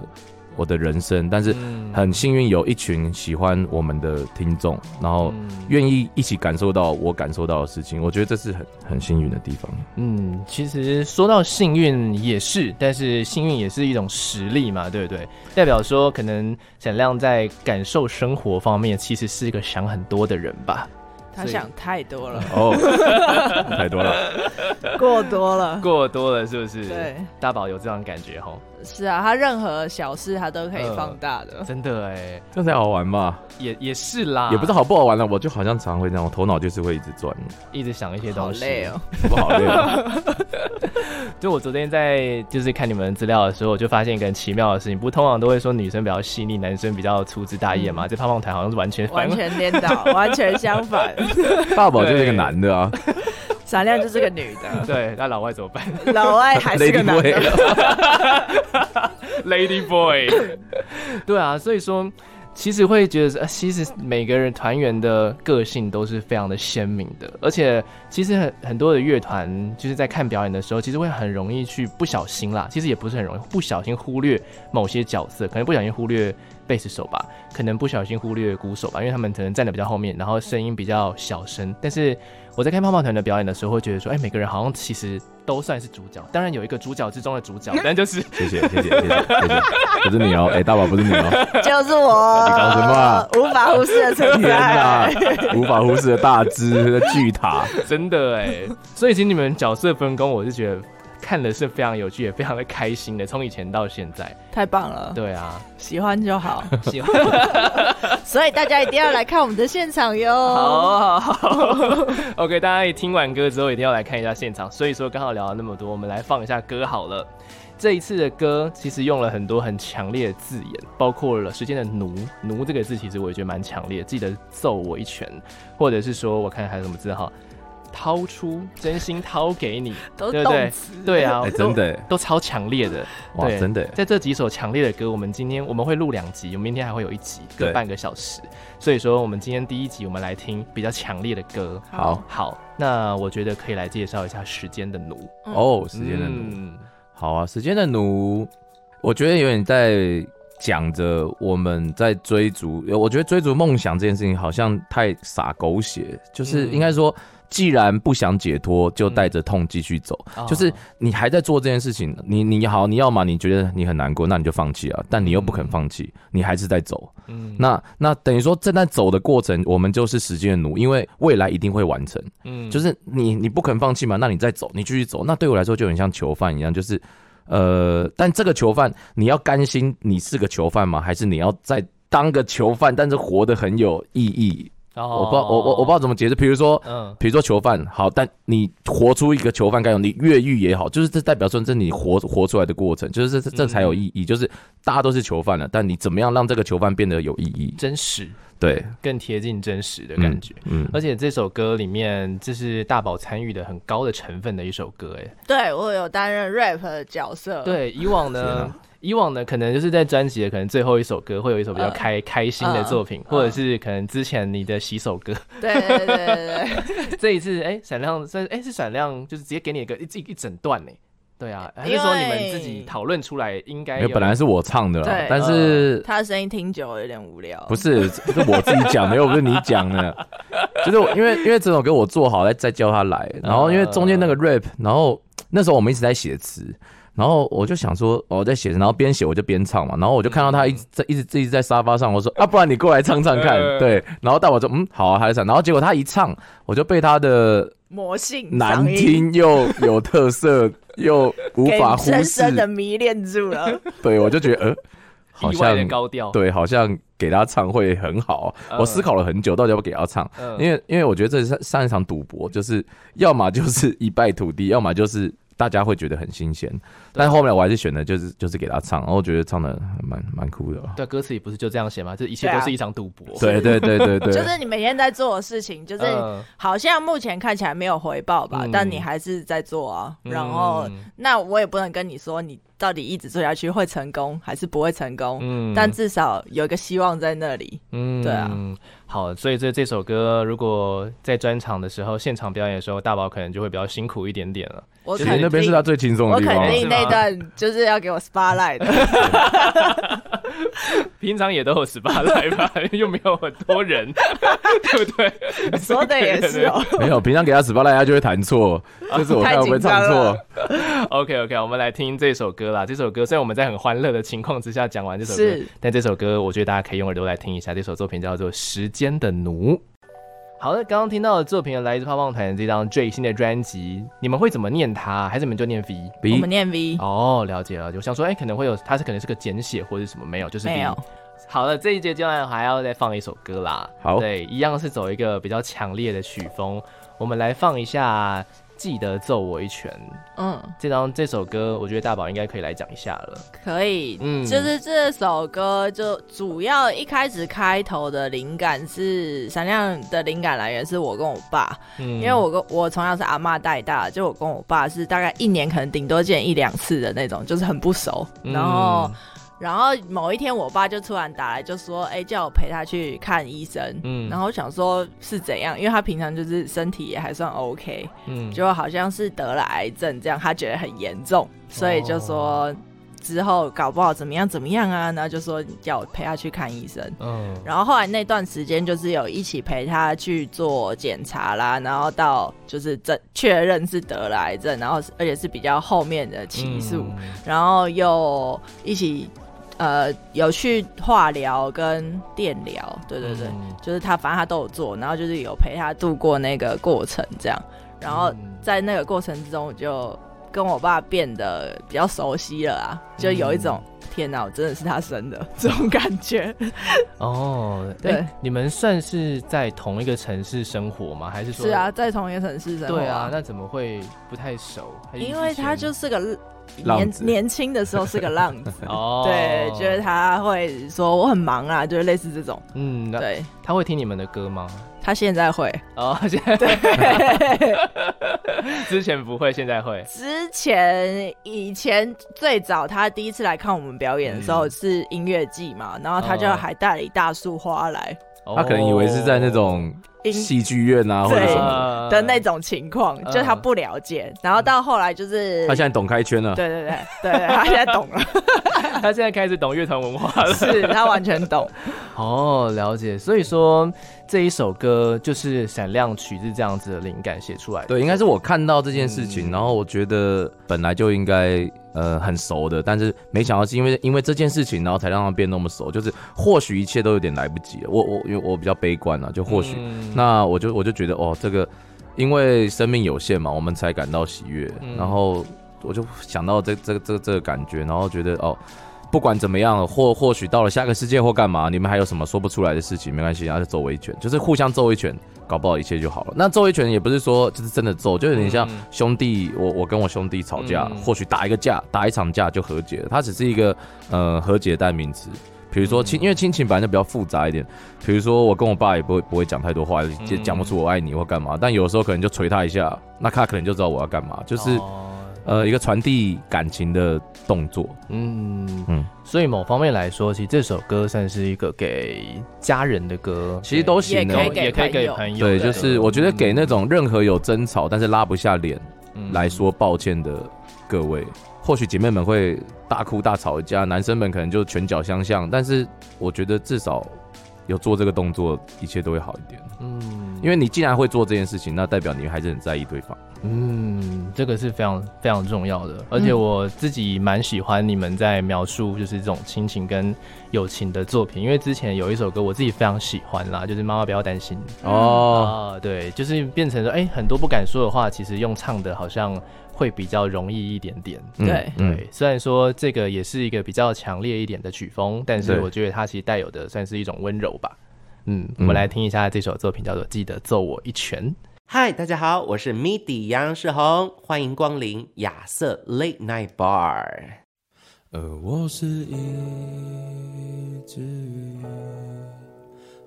S2: 我的人生，但是
S1: 嗯
S2: 很幸运有一群喜欢我们的听众，然后
S1: 嗯
S2: 愿意一起感受到我感受到的事情，我觉得这是很很幸运的地方。
S1: 嗯，其实说到幸运也是，但是幸运也是一种实力嘛，对不对？代表说，可能闪亮在感受生活方面，其实是一个想很多的人吧，
S3: 他想太 多了，
S2: 哦，太多了，
S3: 过多了。
S1: 过多了是不是？，
S3: 对，
S1: 大宝有这样感觉吼，
S3: 是啊，他任何小事他都可以
S1: 嗯
S3: 放大 的。
S1: 真的哎，
S2: 这样才好玩吧？
S1: 也也是啦，
S2: 也不是好不好玩了，我就好像常会这样，我头脑就是会一直转，
S1: 一直想一些
S3: 好
S1: 东西，
S3: 累哦。，
S2: 我好累 啊。
S1: 就我昨天在就是看你们资料的时候，我就发现一个很奇妙的事情，不是通常都会说女生比较细腻，男生比较粗枝大叶嘛，在胖胖台好像是完全反
S3: 嗯完全颠 倒，完全相反。
S2: 大宝就是个男的啊，
S3: 闪亮就是个女 的，
S1: 对，那老外怎么办
S3: 老外还是个
S2: Lady
S3: 男
S2: Boy
S3: 的。
S1: ？Lady Boy，对啊，所以说其实会觉得，呃其实每个人团员的个性都是非常的鲜明的，而且其实很很多的乐团就是在看表演的时候，其实会很容易去不小心啦，其实也不是很容易，不小心忽略某些角色，可能不小心忽略贝斯手吧，可能不小心忽略鼓手吧，因为他们可能站的比较后面，然后声音比较小声。但是我在看泡泡团的表演的时候，会觉得说，哎，每个人好像其实都算是主角，当然有一个主角之中的主 角，但就是
S2: 谢谢谢谢谢谢谢谢，不是你 哦，哎，大宝不是你哦，
S3: 就是
S2: 你搞什么啊
S3: 我，无法忽视的存
S2: 天哪
S3: 在。，
S2: 无法忽视的大只的巨塔，
S1: 真的哎，所以其实你们角色分工，我是觉得看的是非常有趣，也非常的开心的，从以前到现在。
S3: 太棒了，
S1: 对
S3: 哦
S1: 啊，
S3: 喜欢就好。
S1: 喜欢。
S3: 所以大家一定要来看我们的现场哟。
S1: 好好好 ，OK，大家也听完歌之后一定要来看一下现场。所以说刚好聊了那么多，我们来放一下歌好了。这一次的歌其实用了很多很强烈的字眼，包括了时间的奴“奴”这个字，其实我也觉得蛮强烈，记得揍我一拳，或者是说我看还有什么字哈，掏出真心掏给你，
S3: 都
S1: 对
S3: 是动
S1: 不对？
S3: 词。
S1: 对啊，
S2: 哎，
S1: 都
S2: 真的，
S1: 都超强烈的。
S2: 哇，
S1: 对
S2: 真的，
S1: 在这几首强烈的歌，我们今天我们会录两集，我们明天还会有一集，各
S2: 对
S1: 半个小时。所以说，我们今天第一集我们来听比较强烈的歌。
S2: 好
S1: 好，那我觉得可以来介绍一下《时间的奴》。
S2: 哦，时间的奴。
S1: 嗯
S2: 好啊，时间的奴，我觉得有点在讲着我们在追逐，呃我觉得追逐梦想这件事情好像太洒狗血，就是
S1: 嗯
S2: 应该说，既然不想解脱，就带着痛继续走。
S1: 啊
S2: 就是你还在做这件事情，你你好，你要么你觉得你很难过，那你就放弃啊，但你又不肯放弃，你还是在走。
S1: 嗯
S2: 那那等于说正在走的过程，我们就是时间的奴，因为未来一定会完成。
S1: 嗯
S2: 就是你你不肯放弃嘛，那你再走，你继续走，那对我来说就很像囚犯一样，就是呃，但这个囚犯你要甘心你是个囚犯吗？还是你要再当个囚犯，但是活得很有意义？我不知道，我我我不知道怎么解释。比如说，
S1: 哦嗯
S2: 比如说囚犯，好，但你活出一个囚犯该有，你越狱也好，就是这代表说这是你活活出来的过程，就是这这这才有
S1: 嗯
S2: 意义。就是大家都是囚犯了，但你怎么样让这个囚犯变得有意义？
S1: 真实，
S2: 对，
S1: 更贴近真实的感觉。
S2: 嗯，
S1: 而且这首歌里面，这是大宝参与的很高的成分的一首歌，哎，
S3: 对我有担任 rap 的角色。，
S1: 对，以往
S2: 天
S1: 呢
S2: 啊，
S1: 以往呢，可能就是在专辑的可能最后一首歌会有一首比较
S3: 嗯
S1: 开、开心的
S3: 嗯
S1: 作品，或者是可能之前你的洗手歌。
S3: 对对对对对
S1: 这一次，哎、闪亮，这哎、是闪亮，就是直接给你一个一一一整段呢。对啊，还是说你们自己讨论出来应该
S2: 因为
S1: 有嗯
S2: 本来是我唱的啦
S3: 对，
S2: 但是。
S3: 对，他的声音听久了有点无聊。
S2: 不是，这是我自己讲的，又不是你讲的。就是我因为因为这首歌我做好，再再叫他来，然后因
S1: 嗯
S2: 为中间那个 rap，然后那时候我们一直在写词，然后我就想说，哦，在写，然后边写我就边唱嘛，然后我就看到他一直在一直一直在沙发上，我说啊，不然你过来唱唱看
S1: 嗯，
S2: 对，然后大宝说嗯好啊，他就唱，然后结果他一唱，我就被他的
S3: 魔性
S2: 难
S3: 嗓音
S2: 听又有特 色又无
S3: 给
S2: 法忽
S3: 深深的
S2: 视，
S3: 迷恋住了。
S2: 对我就觉得呃，好
S1: 意外
S2: 像
S1: 的高调。
S2: 对，好像给他唱会很好。啊
S1: 嗯
S2: 我思考了很久，到底要不要给他唱，
S1: 嗯
S2: 因为因为我觉得这是上一场赌博，就是要么就是一败涂地，要么就是大家会觉得很新鲜。但后面我还是选的就是就是给他唱，然后我觉得唱的蛮蛮酷的。
S1: 对啊歌词里不是就这样写吗？这一切
S3: 对
S1: 都
S3: 啊
S1: 是一场赌博。
S2: 对对对对对，
S3: 就是你每天在做的事情，就是
S1: 嗯
S3: 好像目前看起来没有回报吧，
S1: 嗯
S3: 但你还是在做啊。
S1: 嗯
S3: 然后，那我也不能跟你说你到底一直做下去会成功还是不会成功，
S1: 嗯
S3: 但至少有一个希望在那里。
S1: 嗯
S3: 对啊。
S1: 好，所以这这首歌如果在专场的时候、现场表演的时候，大宝可能就会比较辛苦一点点了。
S3: 我
S2: 其
S3: 肯
S2: 实
S3: 定，
S2: 那边是他最轻松
S3: 我
S2: 的地
S3: 肯
S2: 方。
S3: 定那段就是要给我 spotlight 的。
S1: 平常也都有十八 来吧，又没有很多人， 对不对？
S3: 说的也是哦。
S2: 没有，平常给他十八赖，他就会弹 错，这次我看会不会唱
S3: 太紧张
S2: 错
S3: 了。
S1: OK OK，我们来听这首歌啦。这首歌虽然我们在很欢乐的情况之下讲完这首歌
S3: 是，
S1: 但这首歌我觉得大家可以用耳朵来听一下。这首作品叫做《时间的奴》。好的，刚刚听到的作品呢来自泡泡团这张最新的专辑，你们会怎么念它？还是 你们就念 V？
S3: 我
S2: B
S3: 们念 V，
S1: 哦，了解了解。我想说，哎、可能会有，它是可能是个简写或者什么，没有，就是 V
S3: 没有。
S1: 好了，这一节阶段还要再放一首歌啦。
S2: 好
S1: 对，一样是走一个比较强烈的曲风，我们来放一下《记得揍我一拳》。
S3: 嗯，
S1: 这张这首歌，我觉得大宝应该可以来讲一下了。
S3: 可以。
S1: 嗯
S3: 就是这首歌就主要一开始开头的灵感是闪亮的灵感来源是我跟我爸，
S1: 嗯
S3: 因为我跟我从小是阿妈带大的，就我跟我爸是大概一年可能顶多见一两次的那种，就是很不熟。
S1: 嗯
S3: 然后，然后某一天我爸就突然打来，就说：“哎、叫我陪他去看医生。”
S1: 嗯
S3: 然后我想说是怎样，因为他平常就是身体也还算 OK，
S1: 嗯
S3: 结果好像是得了癌症，这样他觉得很严重，所以就
S1: 哦
S3: 说之后搞不好怎么样怎么样啊，然后就说叫我陪他去看医生。
S1: 嗯
S3: 然后后来那段时间就是有一起陪他去做检查啦，然后到就是诊确认是得了癌症，然后是而且是比较后面的起诉，
S1: 嗯
S3: 然后又一起呃有去化疗跟电疗，对对对，
S1: 嗯
S3: 就是他反正他都有做，然后就是有陪他度过那个过程这样，然后
S1: 嗯
S3: 在那个过程之中我就。跟我爸变得比较熟悉了啊，就有一种、天哪，我真的是他生的 这种感觉。
S1: 哦，
S3: 对
S1: 哎你们算是在同一个城市生活吗？还是说
S3: 是啊，，在同一个城市生活、
S1: 对啊，，那怎么会不太熟？还是
S3: 因为他
S1: 之
S3: 就
S1: 前
S3: 是个
S2: 浪
S3: 年
S2: 子
S3: 年轻的时候是个浪子，
S1: 哦，
S3: 对，就是他会说我很忙啊，就是类似这种。
S1: 嗯，那
S3: 对
S1: 他会听你们的歌吗？
S3: 他现在 会，
S1: 哦，现在之前不会，现在会。
S3: 之前以前最早他第一次来看我们表演的时候
S1: 嗯
S3: 是音乐季嘛，然后他就
S1: 哦
S3: 还带了一大束花来
S2: 他可能以为是在那
S1: 哦
S2: 种
S1: 嗯
S3: 音
S2: 戏剧院啊，或者
S3: 对
S2: 什么的。
S1: 呃
S3: 的那种情
S1: 嗯
S3: 况，就他不了解，然后到后来就是
S2: 他现。在懂开圈了。
S3: 对对对对，对他现在懂 了，
S1: 他现在开始懂乐团文化了。
S3: 是他完全懂。
S1: 哦，了解。所以说这一首歌就是闪亮曲是这样子的灵感写出来的。
S2: 对，应该是我看到这件事情，
S1: 嗯
S2: 然后我觉得本来就应该呃很熟的，但是没想到是因为因为这件事情，然后才让他变那么熟。就是或许一切都有点来不及了。我我因为我比较悲观啊，就或许、
S1: 嗯
S2: 那我就我就觉得哦，这个因为生命有限嘛，我们才感到喜悦。
S1: 嗯
S2: 然后我就想到这这这这个感觉，然后觉得哦。不管怎么样，或或许到了下个世界或干嘛，你们还有什么说不出来的事情，没关系，然后就揍我一拳，就是互相揍一拳，搞不好一切就好了。那揍一拳也不是说就是真的揍，就有点像
S1: 嗯
S2: 兄弟，我我跟我兄弟吵架，
S1: 嗯
S2: 或许打一个架，打一场架就和解了，它只是一个呃和解的代名词。比如说
S1: 嗯
S2: 亲，因为亲情本来就比较复杂一点，比如说我跟我爸也不会不会讲太多话，也讲不出我爱你或干嘛，但有时候可能就捶他一下，那他可能就知道我要干嘛，就是、
S1: 哦
S2: 呃一个传递感情的动作。
S1: 嗯
S2: 嗯
S1: 嗯，所以某方面来说，其实这首歌算是一个给家人的歌，
S2: 其实都行
S1: 对
S2: 哦
S1: 也可以也可以
S3: 也可以给
S1: 给
S3: 朋
S1: 朋友的，
S2: 对，就是我觉得给那种任何有争吵但是拉不下脸
S1: 嗯
S2: 来，说抱歉的各位，或许姐妹们会大哭大吵一架，男生们可能就拳脚相向，但是我觉得至少有做这个动作，一切都会好一点。
S1: 嗯
S2: 因为你既然会做这件事情，那代表你还是很在意对方。
S1: 嗯，这个是非常非常重要的，而且
S2: 嗯
S1: 我自己蛮喜欢你们在描述就是这种亲情跟友情的作品，因为之前有一首歌我自己非常喜欢啦，就是妈妈不要担心
S2: 哦，
S1: 啊、对，就是变成说，哎、很多不敢说的话，其实用唱的好像会比较容易一点点。
S2: 嗯
S3: 对
S1: 对，虽然说这个也是一个比较强烈一点的曲风，但是
S2: 对
S1: 我觉得它其实带有的算是一种温柔吧。嗯，我们来听一下这首作品，叫做《记得揍我一拳》。
S4: 嗨，大家好，我是 MIDI 杨世宏，欢迎光临亚瑟 Late Night Bar。
S5: 而我是一只鱼，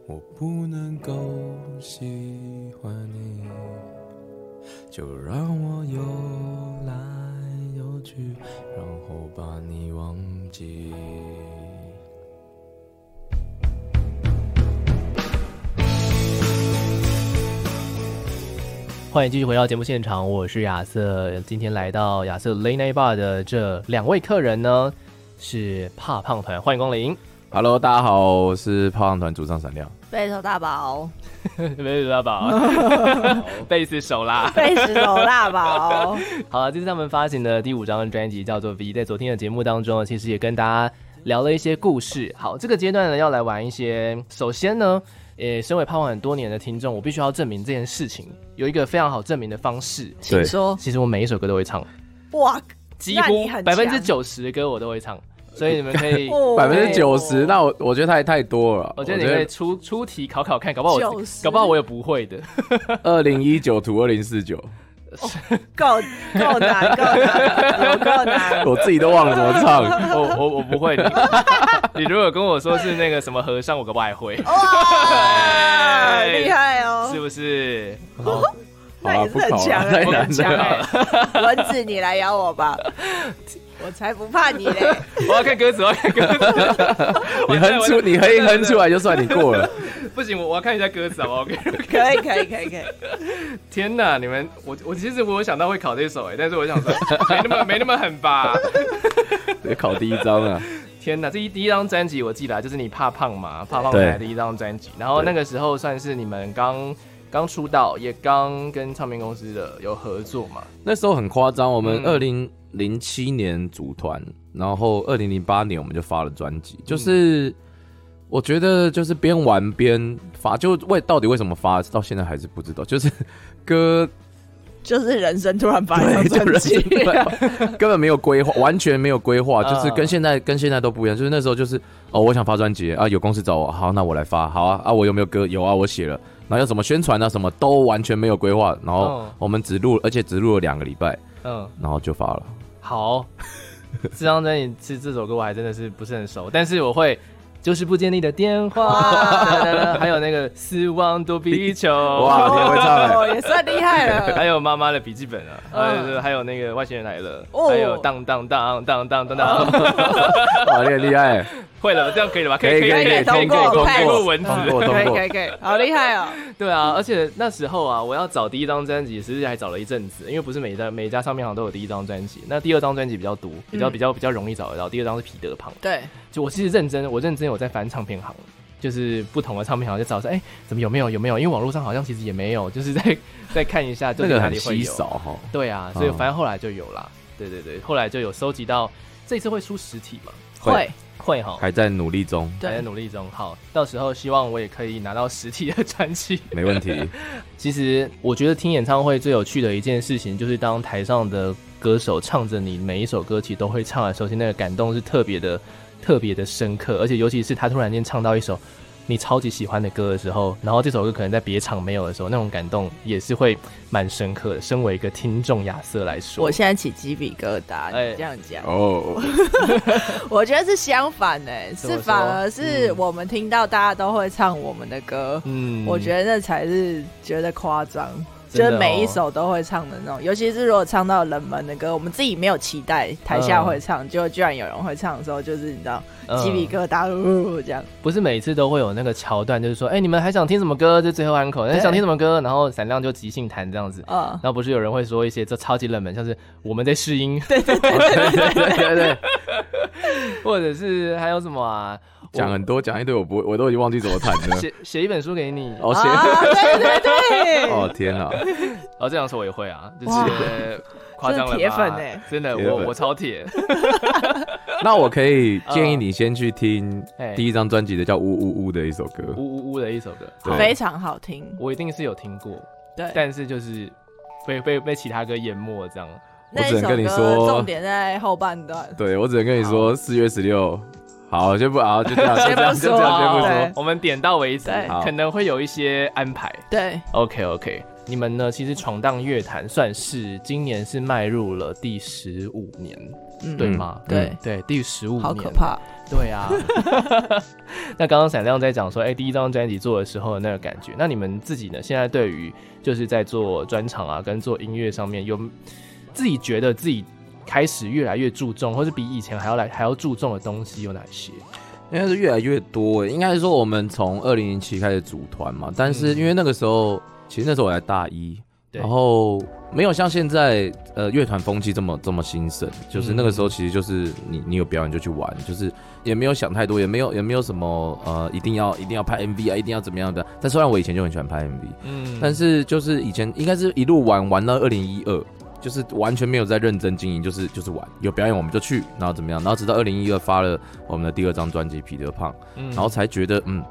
S5: 我不能够喜欢你，就让我游来游去，然后把你忘记。
S1: 欢迎继续回到节目现场，我是亚瑟。今天来到 亚瑟 Late Night Bar 的这两位客人呢，是怕胖团，欢迎光临。
S2: Hello，大家好，我是泡浪团主唱闪亮。
S3: 贝斯手大宝，
S1: 没有吧？ 贝斯手啦。
S3: 贝斯手大 宝，
S1: 好啊了，这是他们发行的第五张专辑，叫做《V》。在昨天的节目当中，其实也跟大家聊了一些故事。好，这个阶段呢，要来玩一些。首先呢，呃，身为泡泡很多年的听众，我必须要证明这件事情有一个非常好证明的方式。
S3: 请
S2: 对
S3: 说，
S1: 其实我每一首歌都会唱，
S3: 哇，
S1: 几
S3: 那
S1: 乎
S3: 你很
S1: 百
S3: 强。
S1: 分之九十的歌我都会唱，所以你们可 以
S3: 哦
S2: 百分之九十，那我我觉得太太多了。
S1: 我觉得你可以出出题考考看，搞不好我
S3: 90
S1: 搞不好我也不会的。
S2: 二零一九图二零四九，
S3: 够够难，够难，有够难，
S2: 我自己都忘了怎么唱。
S1: 我我我不会的。你如果跟我说是那个什么和尚，我搞不好还会，
S3: 哇，
S1: 哎
S3: 厉害哦
S1: 是，不是？
S2: 好
S3: 那
S2: 了，
S3: 也
S2: 不
S3: 是很
S2: 考
S3: 强
S2: 了，
S3: 哎
S2: 太难
S1: 强
S2: 了。
S3: 蚊子你来咬我吧，我才不怕你嘞，
S1: 我要看歌词，我要看歌 词。
S2: 你哼出，你哼一哼出来就算你过了。
S1: 不行，我我要看一下歌词好不好？OK。
S3: 可以，可以，可以，可以，
S1: 天哪，你们，我我其实我有想到会考这首哎，但是我想 说没那么没那么狠吧。
S2: 别考第一张啊！
S1: 天哪，这一第一张专辑我记得、啊、就是你怕胖嘛，怕胖
S2: 对
S1: 来的一张专辑，然后那个时候算是你们刚刚出道，也刚跟唱片公司的有合作嘛。
S2: 那时候很夸张，我们
S1: 嗯
S2: 二零零七年组团，然后二零零八年我们就发了专辑，
S1: 嗯
S2: 就是。我觉得就是边玩边发，就为到底为什么发，到现在还是不知道。就是歌
S3: 就是人生突然发
S2: 对，
S3: 生
S2: 就
S3: 转
S2: 人
S3: 机
S2: 生， 根本没有规划，完全没有规划，
S1: 嗯
S2: 就是跟现在跟现在都不一样。就是那时候就是哦，我想发专辑啊，有公司找我，好，那我来发，好啊啊，我有没有歌？有啊，我写了，然后要怎么宣传啊，什么都完全没有规划，然后
S1: 嗯
S2: 我们只录，而且只录了两个礼拜，
S1: 嗯，
S2: 然后就发了。
S1: 好， 这张专辑是这首歌我还真的是不是很熟，但是我会。就是不接你的电话，还有那个斯旺多比 丘，
S2: 哇你也会唱哎
S3: 哦，也算厉害了，
S1: 还有妈妈的笔记本啊，还有、
S3: 嗯
S1: 还有那个外星人来了，
S3: 哦
S1: 还有当当当当当当当，
S2: 哇，你很厉害，
S1: 会了，这样可以了吧？
S2: 可以
S1: 可以
S2: 可以
S1: 以
S3: 可以
S1: 可以
S3: 通过嗯
S1: 可以
S3: pass
S1: 过文字。
S2: 通过
S3: 可
S2: 通
S3: 以，
S2: 过
S3: 可。以，可以，好厉害哦，
S1: 对啊，而且那时候啊，我要找第一张专辑，其实还找了一阵子，因为不是每一家每一家唱片行都有第一张专辑，那第二张专辑比较多，比
S3: 嗯
S1: 较比较比较容易找得到。第二张是彼得胖，
S3: 对，
S1: 就我其实认真，我认真有在翻唱片行，就是不同的唱片行就找说，哎、怎么有没有有没有？因为网络上好像其实也没有，就是在 再看一下，就
S2: 这
S1: 是
S2: 个
S1: 哪
S2: 很
S1: 里会
S2: 稀
S1: 有。
S2: 少哈，
S1: 对啊，所以
S2: 嗯
S1: 反正后来就有啦。对对对，后来就有收集到，这次会出实体嘛？
S3: 会，
S1: 会哈，
S2: 还在努力中，
S1: 还在
S3: 对，
S1: 努力中。好，到时候希望我也可以拿到实体的专辑。
S2: 没问题。
S1: 其实我觉得听演唱会最有趣的一件事情，就是当台上的歌手唱着你每一首歌曲都会唱的时候，其实那个感动是特别的、特别的深刻，而且尤其是他突然间唱到一首你超级喜欢的歌的时候，然后这首歌可能在别场没有的时候，那种感动也是会蛮深刻的。身为一个听众亚瑟来说，
S3: 我现在起鸡皮疙瘩，
S1: 哎
S3: 你这样讲，
S2: 哦，
S3: 我觉得是相反的、
S1: 怎么
S3: 是
S1: 说
S3: 反而是
S1: 嗯
S3: 我们听到大家都会唱我们的歌，
S1: 嗯
S3: 我觉得那才是觉得夸张。就
S1: 真的哦
S3: 是每一首都会唱的那种，尤其是如果唱到冷门的歌，我们自己没有期待台下会唱，结果居然有人会唱的时候，就是你知道
S1: 嗯
S3: 鸡皮疙瘩、呜这样。
S1: 不是每次都会有那个桥段，就是说，哎、你们还想听什么歌？就最后喊口，哎
S3: 对
S1: 想听什么歌？然后闪亮就即兴弹这样子。
S3: 嗯，
S1: 然后不是有人会说一些这超级冷门，像是我们在试音，
S2: 对对对，
S1: 或者是还有什么啊？
S2: 讲很多，讲一堆，我不，我都已经忘记怎么弹
S1: 我
S2: 了。
S1: 写写一本书给你。
S2: 哦，
S3: 啊，
S2: 写，
S3: 对对对，
S2: 哦天哪，
S1: 哦，这样说我也会啊，就
S3: 哇
S1: 是夸张了吧？
S3: 真的铁粉欸
S1: 真的，
S2: 铁粉
S1: 我我超铁。
S2: 那我可以建议你先去
S3: 嗯
S2: 听
S1: 哎
S2: 第一张专辑的叫《呜呜呜》的一首歌。
S1: 呜呜呜的一首歌，
S2: 对
S3: 非常好听。
S1: 我一定是有听过，
S3: 对，
S1: 但是就是被被被其他歌淹没这样。
S3: 那一首
S2: 我只能跟你
S3: 歌
S2: 说
S3: 重点在后半段。
S2: 对我只能跟你说，四月十六，好，先不好，就这样，就
S3: 先
S2: 这
S3: 不
S2: 样，
S3: 说
S2: 就这样，先不
S3: 对
S2: 说。
S1: 我们点到为止
S3: 对，
S2: 好
S1: 可能会有一些安排。
S3: 对，
S1: OK OK，你们呢？其实闯荡乐坛算是今年是迈入了第十五年，
S3: 嗯，
S1: 对吗？
S3: 对
S1: 对，第十五年，
S3: 好可怕。
S1: 对啊，那刚刚闪亮在讲说，哎、第一张专辑做的时候的那个感觉，那你们自己呢？现在对于就是在做专场啊，跟做音乐上面，有自己觉得自己开始越来越注重，或是比以前还要来还要注重的东西有哪些？
S2: 应该是越来越多，应该是说
S3: 嗯
S2: 我们从二零零七开始组团嘛，但是因为那个时候，其实那时候我才大一，
S1: 对
S2: 然后没有像现在呃乐团风气这么这么兴盛，就是那个时候其实就是你你有表演就去玩，就是也没有想太多，也没有也没有什么呃一定要一定要拍 MV 啊，一定要怎么样的。但虽然我以前就很喜欢拍 MV，
S1: 嗯
S2: 但是就是以前应该是一路玩玩到二零一二，就是完全没有在认真经营，就是就是玩，有表演我们就去，然后怎么样，然后直到二零一二发了我们的第二张专辑《彼得胖》，然后才觉得嗯，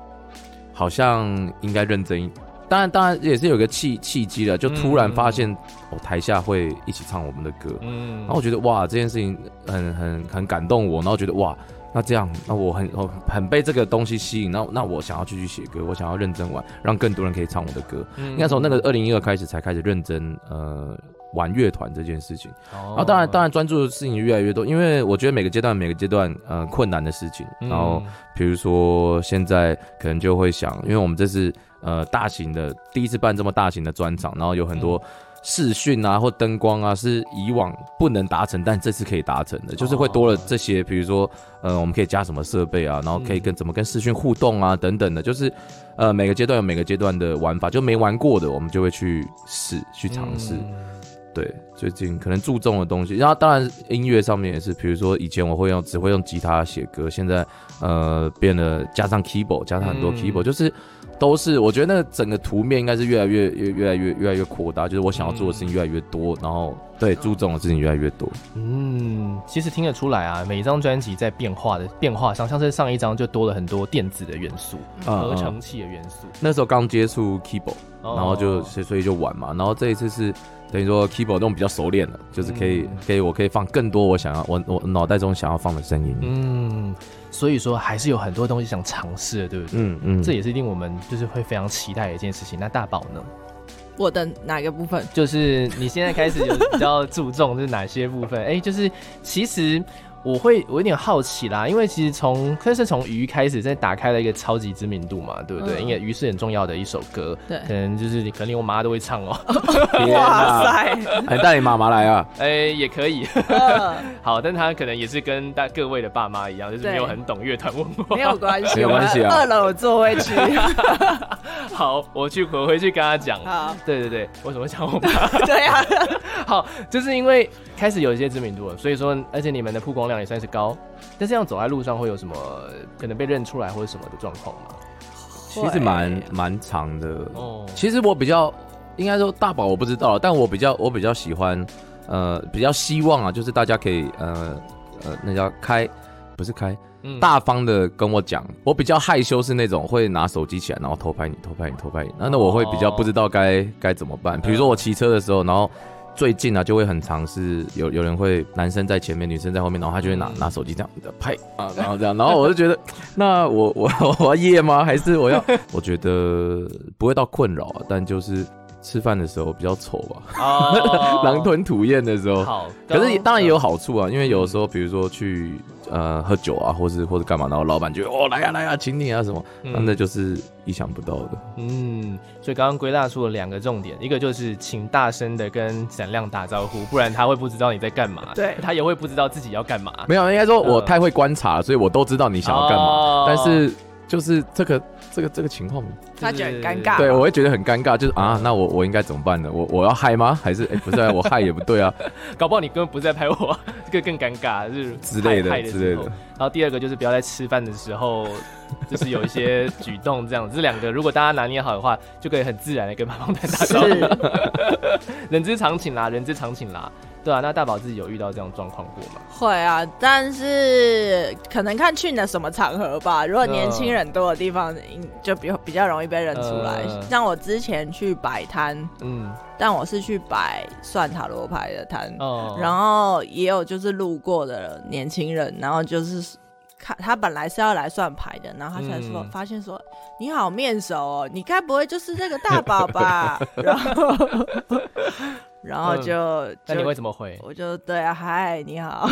S2: 好像应该认真一。当然，当然也是有个契契机了，就突然发现哦，台下会一起唱我们的歌，
S1: 嗯
S2: 然后我觉得哇，这件事情很很很感动我，然后觉得哇，那这样，那我很我很被这个东西吸引，那那我想要继续写歌，我想要认真玩，让更多人可以唱我的
S1: 嗯
S2: 歌。应该从那个二零一二开始才开始认真呃玩乐团这件事情。然
S1: 然
S2: 啊后当然当然专注的事情越来越多，因为我觉得每个阶段每个阶段呃困难的事情，
S1: 嗯
S2: 然后比如说现在可能就会想，因为我们这是呃大型的第一次办这么大型的专场，然后有很多视讯啊或灯光啊是以往不能达成，但这次可以达成的，就是会多了这些，比如说呃我们可以加什么设备啊，然后可以跟怎么跟视讯互动啊等等的，就是呃每个阶段有每个阶段的玩法，就没玩过的我们就会去试去尝
S1: 嗯
S2: 试。对，最近可能注重的东西，然后当然音乐上面也是，比如说以前我会用只会用吉他写歌，现在呃变得加上 keyboard，加上很多
S1: 嗯
S2: keyboard，、就是都是我觉得那个整个图面应该是越来越越越来越越来越扩大，就是我想要做的事情越来越多，然后对注重的事情越来越多。
S1: 嗯，其实听得出来啊，每一张专辑在变化的变化上，像是上一张就多了很多电子的元素、
S2: 啊
S1: 合成器的元素，
S2: 那时候刚接触 keyboard，
S1: 哦
S2: 然后就所以所以就玩嘛，然后这一次是等于说 keyboard 弄比较熟练了，就是可
S1: 嗯
S2: 以、可以我可以放更多我想要我我脑袋中想要放的声音。
S1: 嗯，所以说还是有很多东西想尝试的，对不对？
S2: 嗯嗯，
S1: 这也是一定我们就是会非常期待的一件事情。那大宝呢？
S3: 我的哪个部分？
S1: 就是你现在开始有比较注重就是哪些部分？ 哎、就是其实我会我有点好奇啦，因为其实从可是从鱼开始，再打开了一个超级知名度嘛，对不对？
S3: 嗯
S1: 因为鱼是很重要的一首歌，
S3: 对
S1: 可能就是可能连我妈都会唱 哦、
S2: 天哪！
S3: 哇塞！
S2: 哎，带你妈妈来啊！
S1: 哎、也可以。
S3: 呃
S1: 好，但他可能也是跟大各位的爸妈一样，就是
S3: 对
S1: 没有很懂乐团文化。
S3: 没有关系，
S2: 没有关系啊
S3: 我们二楼有座位 区。
S1: 好，我去我回去跟他讲。
S3: 好，
S1: 对对对，我怎么想我妈？
S3: 对啊，
S1: 好，就是因为开始有一些知名度了，所以说，而且你们的曝光量也算是高。但是要走在路上会有什么可能被认出来或者什么的状况吗？
S2: 其实蛮蛮长的。
S1: 哦
S2: 其实我比较应该说大宝我不知道，但我比较我比较喜欢，呃，比较希望啊，就是大家可以呃呃，那叫开。不是开
S1: 嗯
S2: 大方的跟我讲，我比较害羞是那种会拿手机起来，然后偷拍你、偷拍你、偷拍你。那那我会比较不知道该该怎么办。
S1: 哦
S2: 比如说我骑车的时候，然后最近啊就会很尝试有有人会男生在前面，女生在后面，然后他就会拿、
S1: 嗯
S2: 拿手机这样拍啊，然后这样，然后我就觉得那我我我要夜吗？还是我要？ 我觉得不会到困扰啊，但就是吃饭的时候比较丑吧，
S1: 哦
S2: 狼吞虎咽的时候。
S1: 好，
S2: 可是也当然也
S1: 嗯
S2: 有好处啊，因为有时候比如说去呃喝酒啊，或是或者干嘛，然后老板就哦来呀、来呀、请你啊什么，
S1: 嗯
S2: 那那就是意想不到的。
S1: 嗯，所以刚刚归纳出了两个重点，一个就是请大声的跟闪亮打招呼，不然他会不知道你在干嘛，
S3: 对
S1: 他也会不知道自己要干嘛。
S2: 没有，应该说我
S1: 嗯
S2: 太会观察了，所以我都知道你想要干嘛，
S1: 哦
S2: 但是就是这个这个这个情况
S3: 他觉得很尴尬
S2: 对，我会觉得很尴尬，就是啊，那我我应该怎么办呢？我我要害吗？还是哎、不是啊、我害也不对 啊，
S1: 搞不好你根本不是在拍我， 这个更尴尬，就是
S2: 之类的
S1: 害时
S2: 之类的
S1: 候然后第二个就是不要在吃饭的时候，就是有一些举动这样。这两个如果大家拿捏好的话，就可以很自然的跟胖胖蛋打招
S3: 是
S1: 呼， 人之常情啦，人之常情啦。对啊，那大宝自己有遇到这样的状况过吗？
S3: 会啊，但是可能看去你的什么场合吧。如果年轻人多的地方，应就比比较容易被认出来。
S2: 呃
S1: 嗯
S3: 像我之前去摆摊，
S1: 嗯，
S3: 但我是去摆算塔罗牌的摊，
S1: 哦
S3: 然后也有就是路过的年轻人，然后就是看他本来是要来算牌的，然后他才说、
S1: 嗯
S3: 发现说你好面熟哦，你该不会就是这个大宝吧？ 然后然后就、
S1: 嗯那你
S3: 就
S1: 会怎么回？
S3: 我就对啊，嗨，你好，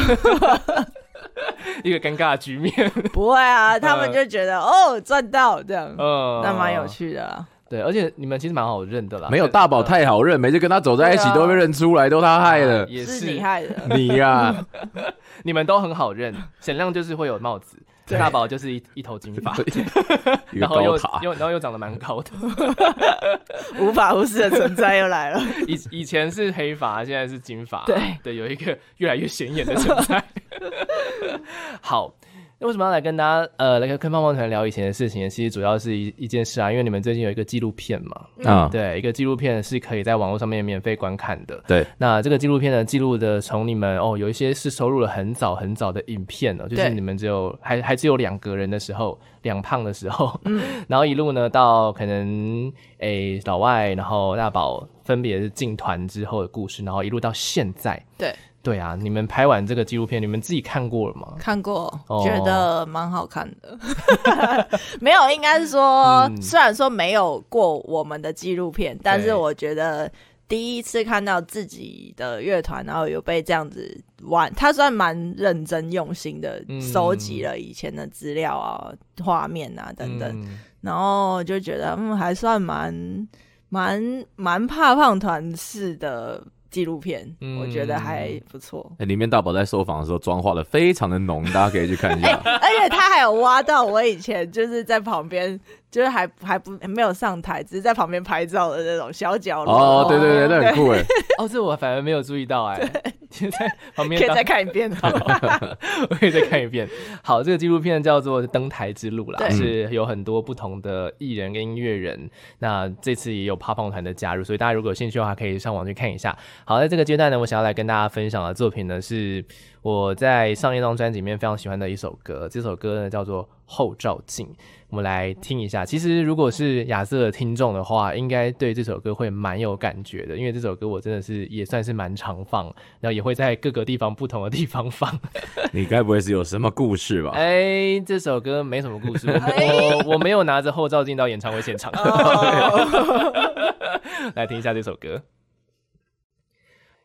S1: 一个尴尬的局面，
S3: 不会啊，他们就觉得、哦赚到这样，
S1: 嗯，
S3: 那蛮有。趣的啊。
S1: 对，而且你们其实蛮好认的啦。
S2: 没有大宝太好认，每次跟他走在一起
S3: 对啊
S2: 都会被认出来，都他害了。
S1: 啊也
S3: 是
S1: 是
S3: 你害的，
S2: 你呀、
S1: 你们都很好认，沈亮就是会有帽子，大宝就是一一头金发，
S2: 一个
S1: 然后
S2: 高
S1: 又
S2: 塔，
S1: 又然后又长得蛮高的，
S3: 无法忽视的存在又来了。
S1: 以以前是黑发，现在是金发，
S3: 对
S1: 对，有一个越来越显眼的存在。 好，那为什么要来跟大家呃来跟棒棒团聊以前的事情呢？其实主要是一一件事啊，因为你们最近有一个纪录片嘛，
S2: 啊，
S1: 对，一个纪录片是可以在网络上面免费观看的。
S2: 对，
S1: 那这个纪录片呢，记录的从你们哦，有一些是收录了很早很早的影片哦，就是
S3: 对
S1: 你们只有还还只有两个人的时候，两胖的时候，
S3: 嗯
S1: 然后一路呢到可能诶老外，然后大宝分别是进团之后的故事，然后一路到现在。
S3: 对，
S1: 对啊，你们拍完这个纪录片，你们自己看过了吗？
S3: 看过，
S1: 哦
S3: 觉得蛮好看的。 没有，应该是说，
S1: 嗯
S3: 虽然说没有过我们的纪录片，但是
S1: 对
S3: 我觉得第一次看到自己的乐团，然后有被这样子玩，他算蛮认真用心的
S1: 嗯
S3: 收集了以前的资料啊、画面啊等等，
S1: 嗯
S3: 然后就觉得嗯，还算蛮蛮蛮怕胖团式的纪录片，
S1: 嗯
S3: 我觉得还不错。
S2: 哎里面大宝在受访的时候妆化的非常的浓，大家可以去看 一下。
S3: 而且他还有挖到我以前就是在旁边，就是还还不没有上台，只是在旁边拍照的那种小角落。
S2: 哦，对对对，那很酷哎，
S1: 哦，这我反而没有注意到哎、 现在旁 边
S3: 可以
S1: 当
S3: 再看一 遍哦。
S1: 我可以再看一遍。好，这个纪录片叫做《登台之路》啦，
S3: 对
S1: 是有很多不同的艺人跟音乐人。那这次也有泡泡团的加入，所以大家如果有兴趣的话，可以上网去看一下。好，在这个阶段呢，我想要来跟大家分享的作品呢，是我在上一张专辑里面非常喜欢的一首歌。这首歌呢叫做《后照镜》，我们来听一下。其实如果是亚瑟的听众的话，应该对这首歌会蛮有感觉的，因为这首歌我真的是也算是蛮常放，然后也会在各个地方不同的地方放。
S2: 你该不会是有什么故事吧？
S1: 哎，这首歌没什么故事，
S3: 哎
S1: 我我我没有拿着后照镜到演唱会现场。
S3: 哦
S1: 来听一下这首歌。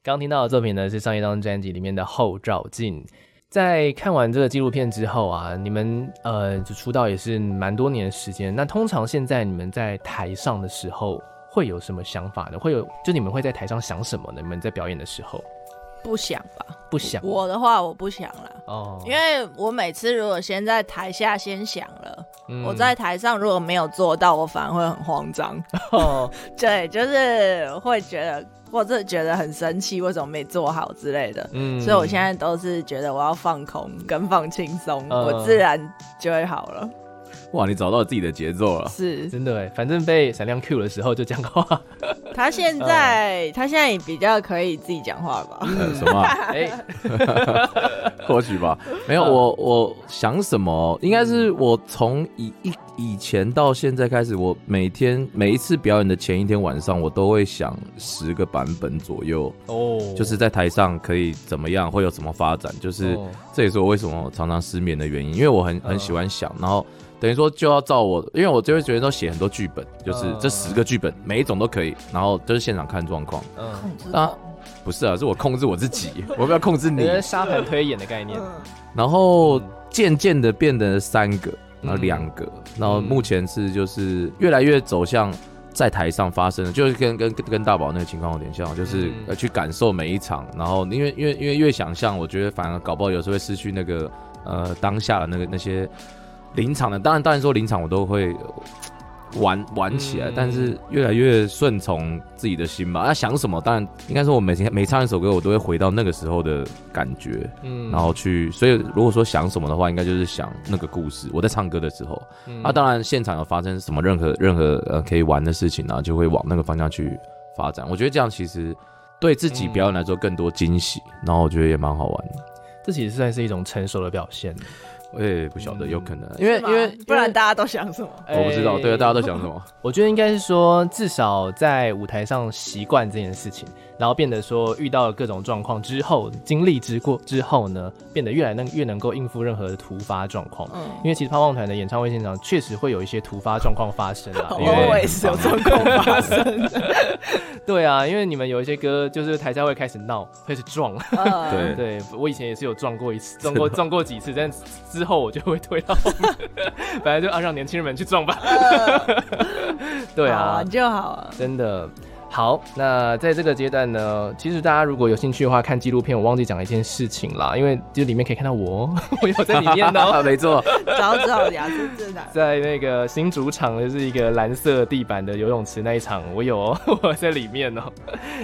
S1: 刚听到的作品呢是上一张专辑里面的《后照镜》。在看完这个纪录片之后啊，你们呃就出道也是蛮多年的时间。那通常现在你们在台上的时候会有什么想法呢？会有就你们会在台上想什么呢？你们在表演的时候
S3: 不想吧？
S1: 不想
S3: 我的话我不想了。
S1: 哦，
S3: 因为我每次如果先在台下先想了，
S1: 嗯
S3: 我在台上如果没有做到，我反而会很慌张。
S1: 哦
S3: 对，就是会觉得或者觉得很生气，为什么没做好之类的。
S1: 嗯
S3: 所以我现在都是觉得我要放空跟放轻松，
S1: 嗯
S3: 我自然就会好了。
S2: 哇，你找到自己的节奏 了。
S3: 是
S1: 真的哎，反正被闪亮 Q 的时候就讲话，
S3: 他现
S1: 嗯
S3: 在、他现在也比较可以自己讲话吧？
S2: 呃什么 啊？
S1: 哎、
S2: 或许吧，没有我，我想什么？应该是我从以以以前到现在开始，我每天每一次表演的前一天晚上，我都会想十个版本左右，
S1: 哦，
S2: 就是在台上可以怎么样，会有什么发展，就是
S1: 哦
S2: 这也是我为什么常常失眠的原因，因为我很很喜
S1: 嗯
S2: 欢想，然后等于说就要照我，因为我就会觉得说写很多剧本，就是
S1: 嗯
S2: 这十个剧本每一种都可以，然后就是现场看状况。
S1: 嗯，
S2: 啊，不是啊，是我控制我自己， 我不要控制
S1: 有
S2: 你。
S1: 点沙盘推演的概念，
S2: 然后渐渐的变得三个，然后
S1: 嗯
S2: 两个，然后目前是就是越来越走向在台上发生的，就是跟跟跟大宝那个情况有点像，就是
S1: 嗯
S2: 呃去感受每一场，然后因为因为因为越想象，我觉得反而搞不好有时候会失去那个呃当下的那个那些临场的，当然当然说临场我都会。呃玩玩起来，
S1: 嗯
S2: 但是越来越顺从自己的心吧。那、啊想什么？当然，应该说我每天每唱一首歌，我都会回到那个时候的感觉。
S1: 嗯
S2: 然后去，所以如果说想什么的话，应该就是想那个故事。我在唱歌的时候，
S1: 嗯
S2: 啊，当然现场有发生什么任何任何呃可以玩的事情啊，就会往那个方向去发展。我觉得这样其实对自己表演来说更多惊喜，然后我觉得也蛮好玩的。
S1: 这其实算是一种成熟的表现，
S2: 我也不晓得，
S1: 嗯哎
S2: 有可能，因为
S3: 是吗
S2: 因为
S3: 不然大家都想什么？
S2: 我不知道，对啊，大家
S1: 都
S2: 都想什么？
S1: 我觉得应该是说，至少在舞台上习惯这件事情，然后变得说遇到了各种状况之后，经历之过之后呢，变得越来能越能够应付任何的突发状况。
S3: 嗯
S1: 因为其实泡泡团的演唱会现场确实会有一些突发状况发生
S3: 哦
S1: 啊，因为
S3: ，always 有状况 发生。
S1: 对啊，因为你们有一些歌就是台下会开始闹，开始撞，
S3: 嗯，
S2: 对
S1: 对我以前也是有撞过一次，撞过撞过几次，但之后我就会推到后面， 本来就啊让年轻人们去撞吧。对
S3: 好
S1: 啊
S3: 玩，就好啊。
S1: 真的。好，那在这个阶段呢，其实大家如果有兴趣的话，看纪录片，我忘记讲一件事情啦，因为就里面可以看到我 哦，我有在里面哦。
S2: 啊， 没 错，
S3: 早早雅是正常。
S1: 在那个新主场，就是一个蓝色地板的游泳池那一场，我有、哦， 我在里面哦。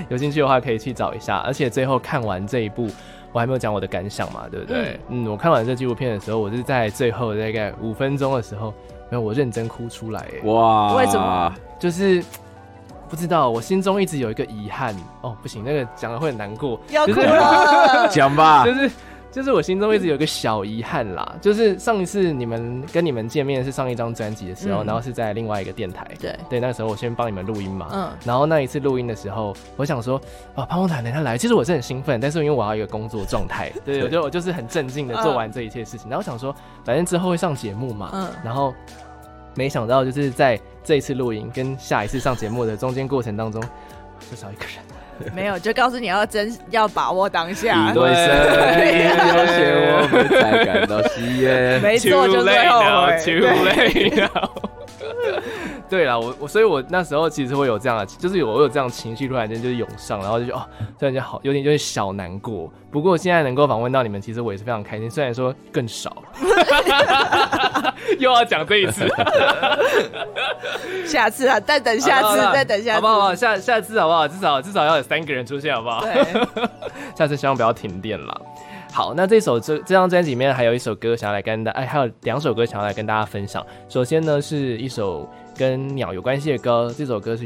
S1: 有兴趣的话可以去找一下。而且最后看完这一部，我还没有讲我的感想嘛，对不对？嗯我看完这纪录片的时候，我是在最后大概五分钟的时候，没有我认真哭出来，哎，
S2: 哇，
S3: 为什么？
S1: 就是不知道，我心中一直有一个遗憾。哦，不行，那个讲了会很难过，
S3: 要
S1: 就
S3: 哭
S1: 是
S3: 了，
S2: 讲吧
S1: 就，是就是我心中一直有一个小遗憾啦，就是上一次你们跟你们见面是上一张专辑的时候，
S3: 嗯
S1: 然后是在另外一个电台，
S3: 对
S1: 对，那个时候我先帮你们录音嘛，
S3: 嗯
S1: 然后那一次录音的时候，我想说啊，潘光坦等他来，其实我是很兴奋，但是因为我要有一个工作状态，对，我就我就是很镇静的做完这一切事情，然后想说反正之后会上节目嘛，
S3: 嗯
S1: 然后没想到就是在这一次录音跟下一次上节目的中间过程当中，就少一个人。
S3: 没有，就告诉你要珍要把握当下
S2: 李。慧生，
S1: 嗯对
S2: 要写我们才感到喜 悦。
S3: 没错，就是会后悔。
S1: Too
S3: 对
S1: late now. 对啦，我我所以，我那时候其实会有这样的，就是我有这样情绪，突然间就是涌上，然后就觉得哦，突然间好有点就是小难过。不过现在能够访问到你们，其实我也是非常开心，虽然说更少。 又要讲这一次，
S3: 下次啊，再等 下次
S1: 好不好，
S3: 再等下次，
S1: 好不好？好不好下下次好不好？至少至少要有三个人出现，好不好？
S3: 对，
S1: 下次希望不要停电了。好，那这首这这张专辑里面还有一首歌想要来跟大哎，还有两首歌想要来跟大家分享。首先呢是一首跟鸟有关系的歌，这首歌是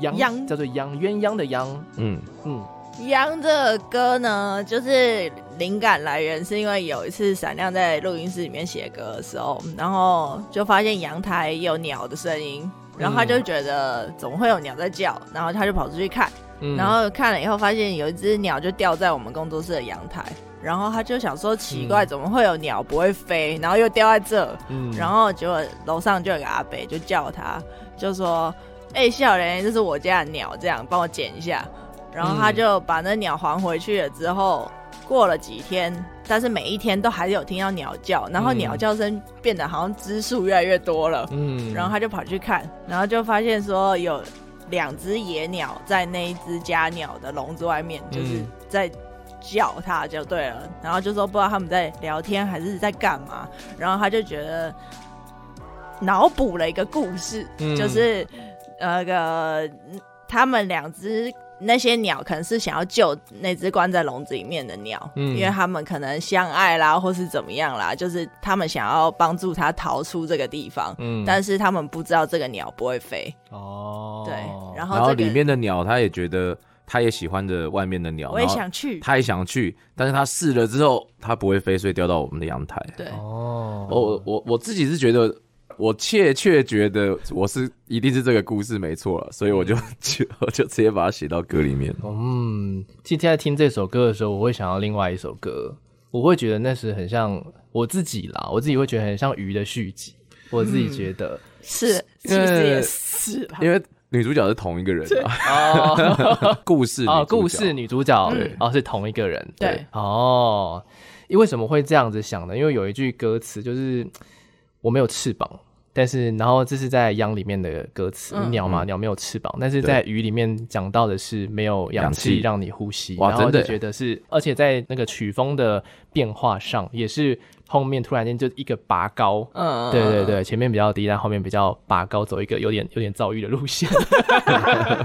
S1: 鸯，
S3: 鸯
S1: 叫做鸯鸳鸯的鸯，
S2: 嗯，
S1: 嗯，
S3: 杨的歌呢，就是灵感来源是因为有一次闪亮在录音室里面写歌的时候，然后就发现阳台有鸟的声音，然后他就觉得怎么会有鸟在叫，然后他就跑出去看，
S1: 嗯
S3: 然后看了以后发现有一只鸟就掉在我们工作室的阳台，然后他就想说奇怪，怎么会有鸟不会飞，然后又掉在这，
S1: 嗯
S3: 然后结果楼上就有个阿北就叫他，就说：“哎、笑脸，这是我家的鸟，这样帮我捡一下。”然后他
S1: 嗯
S3: 就把那鸟还回去了。之后过了几天，但是每一天都还是有听到鸟叫，然后
S1: 嗯
S3: 鸟叫声变得好像只数越来越多了。
S1: 嗯
S3: 然后他就跑去看，然后就发现说有两只野鸟在那一只家鸟的笼子外面，就是
S1: 嗯
S3: 在叫它就对了。然后就说不知道他们在聊天还是在干嘛，然后他就觉得脑补了一个故事，
S1: 嗯
S3: 就是那个他们两只。那些鸟可能是想要救那只关在笼子里面的鸟，
S1: 嗯
S3: 因为他们可能相爱啦，或是怎么样啦，就是他们想要帮助它逃出这个地方。
S1: 嗯
S3: 但是他们不知道这个鸟不会飞，
S1: 哦
S3: 对，然后
S2: 然后
S3: 这个
S2: 里面的鸟，他也觉得他也喜欢着外面的鸟，
S3: 我也
S2: 然后
S3: 想去，
S2: 他也想去，但是他试了之后，他不会飞，所以掉到我们的阳台。
S3: 对，
S1: 哦
S2: 我我我我自己是觉得，我切切觉得我是一定是这个故事没错了，所以我就 就我就直接把它写到歌里面了。
S1: 嗯，今天在听这首歌的时候，我会想到另外一首歌，我会觉得那时很像我自己啦，我自己会觉得很像鱼的续集，我自己觉得。
S3: 嗯 是，其
S2: 因为
S3: 实也是啦，
S2: 因为女主角是同一个人啊，
S1: 哦，
S2: 故事
S1: 哦
S2: 女，主角
S1: 故事女主角
S2: 对
S1: 哦是同一个人，
S3: 对
S1: 哦，因为什么会这样子想呢？因为有一句歌词就是我没有翅膀，但是然后这是在羊里面的歌词，
S3: 嗯
S1: 鸟嘛，鸟没有翅膀，但是在鱼里面讲到的是没有氧
S2: 氧
S1: 气
S2: 气
S1: 让你呼吸，
S2: 哇
S1: 然后
S2: 真的
S1: 就
S2: 耶
S1: 觉得是，而且在那个曲风的变化上也是后面突然间就一个拔高，
S3: 嗯，
S1: 对对对，前面比较低，但后面比较拔高，走一个有点有点躁郁的路线。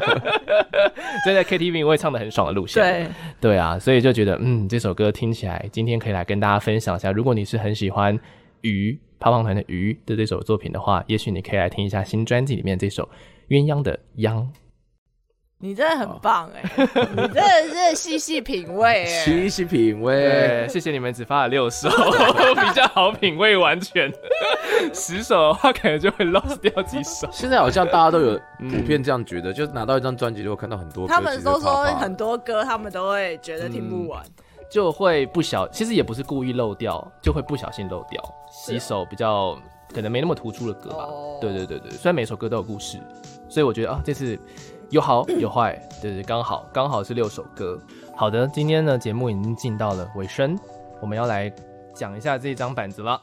S1: 就在 KTV 你会唱的很爽的路线。
S3: 对，
S1: 对啊，所以就觉得嗯，这首歌听起来今天可以来跟大家分享一下。如果你是很喜欢鱼泡泡团的鱼的这首作品的话，也许你可以来听一下新专辑里面这首《鸳鸯的鸯》。
S3: 你真的很棒哎，你真的是细细品 味哎，
S2: 细细品味
S1: 对，。谢谢你们只发了六首， 比较好品味完全。十首的话，感觉就会 lost 掉几首。
S2: 现在好像大家都有普遍这样觉得，就是拿到一张专辑，就会看到很多歌
S3: 他们都说
S2: 其实
S3: 很多歌他们都会觉得听不完，
S1: 嗯就会不小，其实也不是故意漏掉，就会不小心漏掉
S3: 啊
S1: 几首比较可能没那么突出的歌吧。
S3: 哦
S1: 对对对对，虽然每首歌都有故事，所以我觉得啊，这次有好有坏，对对，刚好刚好是六首歌。好的，今天呢节目已经进到了尾声，我们要来讲一下这张板子了，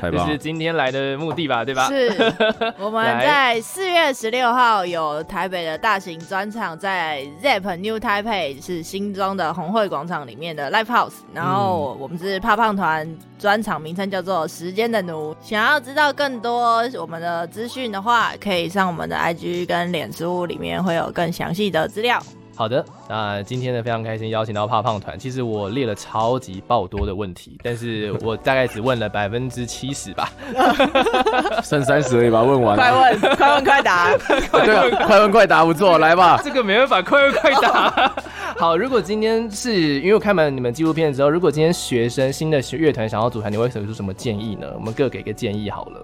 S2: 太
S1: 这
S2: 棒
S1: 是
S2: 了！
S1: 今天来的目的吧，对吧？
S3: 是 我们
S1: 来
S3: 在四月十六号有台北的大型专场，在 Zep New Taipei 是新庄的红会广场里面的 Live House，然后我们是胖胖团专场名称叫做《时间的奴》。想要知道更多我们的资讯的话，可以上我们的 IG 跟脸书里面会有更详细的资料。
S1: 好的，那今天呢非常开心邀请到胖胖团。其实我列了超级爆多的问题，但是我大概只问了百分之七十吧。
S2: 剩三十而已吧，问完了。
S3: 问，快问快答。
S2: 对啊，快问快答，不错，来吧。
S1: 这个没办法，快问快答。 好，如果今天是因为我看完你们纪录片之后，如果今天学生新的学乐团想要组团，你会给出什么建议呢？我们各给个建议好了。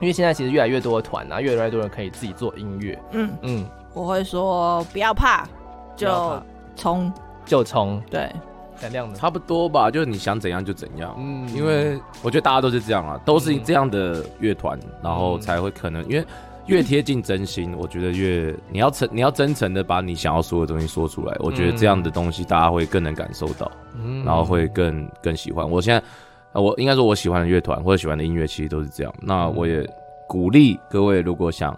S1: 因为现在其实越来越多的团啊，越来越多人可以自己做音乐，
S3: 嗯，
S1: 嗯，
S3: 我会说不要怕，
S1: 不
S3: 就
S1: 要怕
S3: 冲。
S1: 就从
S3: 对，
S1: 闪亮的，
S2: 差不多吧，就是你想怎样就怎样。
S1: 嗯
S2: 嗯，因为我觉得大家都是这样啊，都是这样的乐团，然后才会可能，因为越贴近真心，我觉得越你要真你要真诚的把你想要说的东西说出来，我觉得这样的东西大家会更能感受到，
S1: 嗯
S2: 然后会更更喜欢。我现在呃我应该说我喜欢的乐团或者喜欢的音乐其实都是这样。那我也鼓励各位，如果想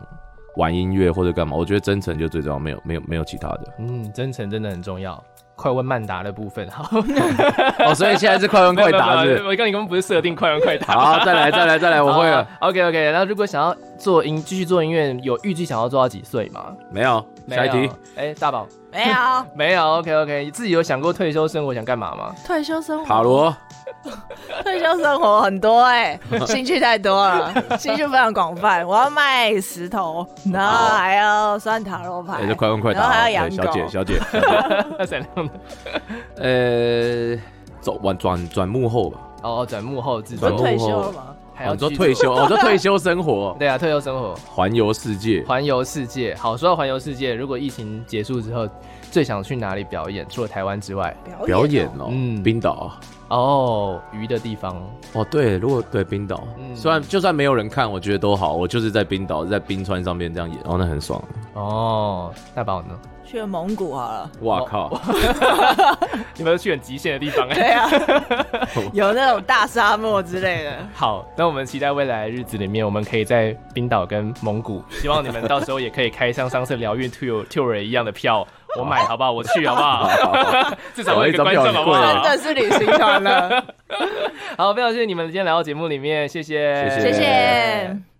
S2: 玩音乐或者干嘛，我觉得真诚就最重要，没有没有没有其他的。
S1: 嗯，真诚真的很重要。快问慢答的部分，好，
S2: 哦，所以现在是快问 快答
S1: 没有没
S2: 是
S1: 有没
S2: 不
S1: 有
S2: 是。
S1: 我刚你刚不是设定快问 快答吗？啊
S2: 好，再来再来再来，我会了。
S1: OK OK，那如果想要做音继续做音乐，有预计想要做到几岁吗？
S2: 没有，下一
S1: 没有
S2: 题，。
S1: 哎、大宝
S3: 没有
S1: 没有。OK OK，自己有想过退休生活想干嘛 吗？
S3: 退休生活。
S2: 塔罗，
S3: 退休生活很多 哎、兴趣太多了，兴趣非常广泛。我要卖石头，然后还要算塔罗牌，
S2: 哎，就快问快答
S3: 然后还
S2: 哦，
S3: 要
S2: 对
S3: 养
S2: 小
S3: 狗。
S2: 姐小姐，小姐
S1: 闪亮的。
S2: 呃，走转转转幕后吧，
S1: 哦，转幕后制
S3: 不
S1: 作
S2: 转
S3: 是
S2: 幕，
S3: 退休了吗？
S1: 还要
S2: 哦你说
S1: 去
S2: 退。休，我说退休生活，
S1: 对啊，退休生活，
S2: 环游世界，
S1: 环游世界。好，说到环游世界，如果疫情结束之后，最想去哪里表演？除了台湾之外，
S3: 表
S2: 表演
S3: 哦
S2: 哦，
S1: 嗯
S2: 冰岛，
S1: 哦，鱼的地方，
S2: 哦对，如果对冰岛
S1: 嗯，
S2: 虽然就算没有人看，我觉得都好，我就是在冰岛，在冰川上面这样演，哦，那很爽，
S1: 哦，大宝呢？
S3: 去蒙古好了。
S2: 哇靠，
S1: 你们都去很极限的地 方哎、
S3: 对啊，
S2: 哦
S3: 有那种大沙漠之 类的。
S1: 好，那我们期待未来的日子里面，我们可以在冰岛跟蒙古，希望你们到时候也可以开像上次疗愈 tour tour 一样的票，我 买好不好？我去好不好？ 至少我有一个观众好不
S2: 对啊
S1: 好
S3: 真？的是旅行团了，
S1: 好，非常谢谢你们今天来到节目里面，谢谢，
S2: 谢
S3: 谢谢。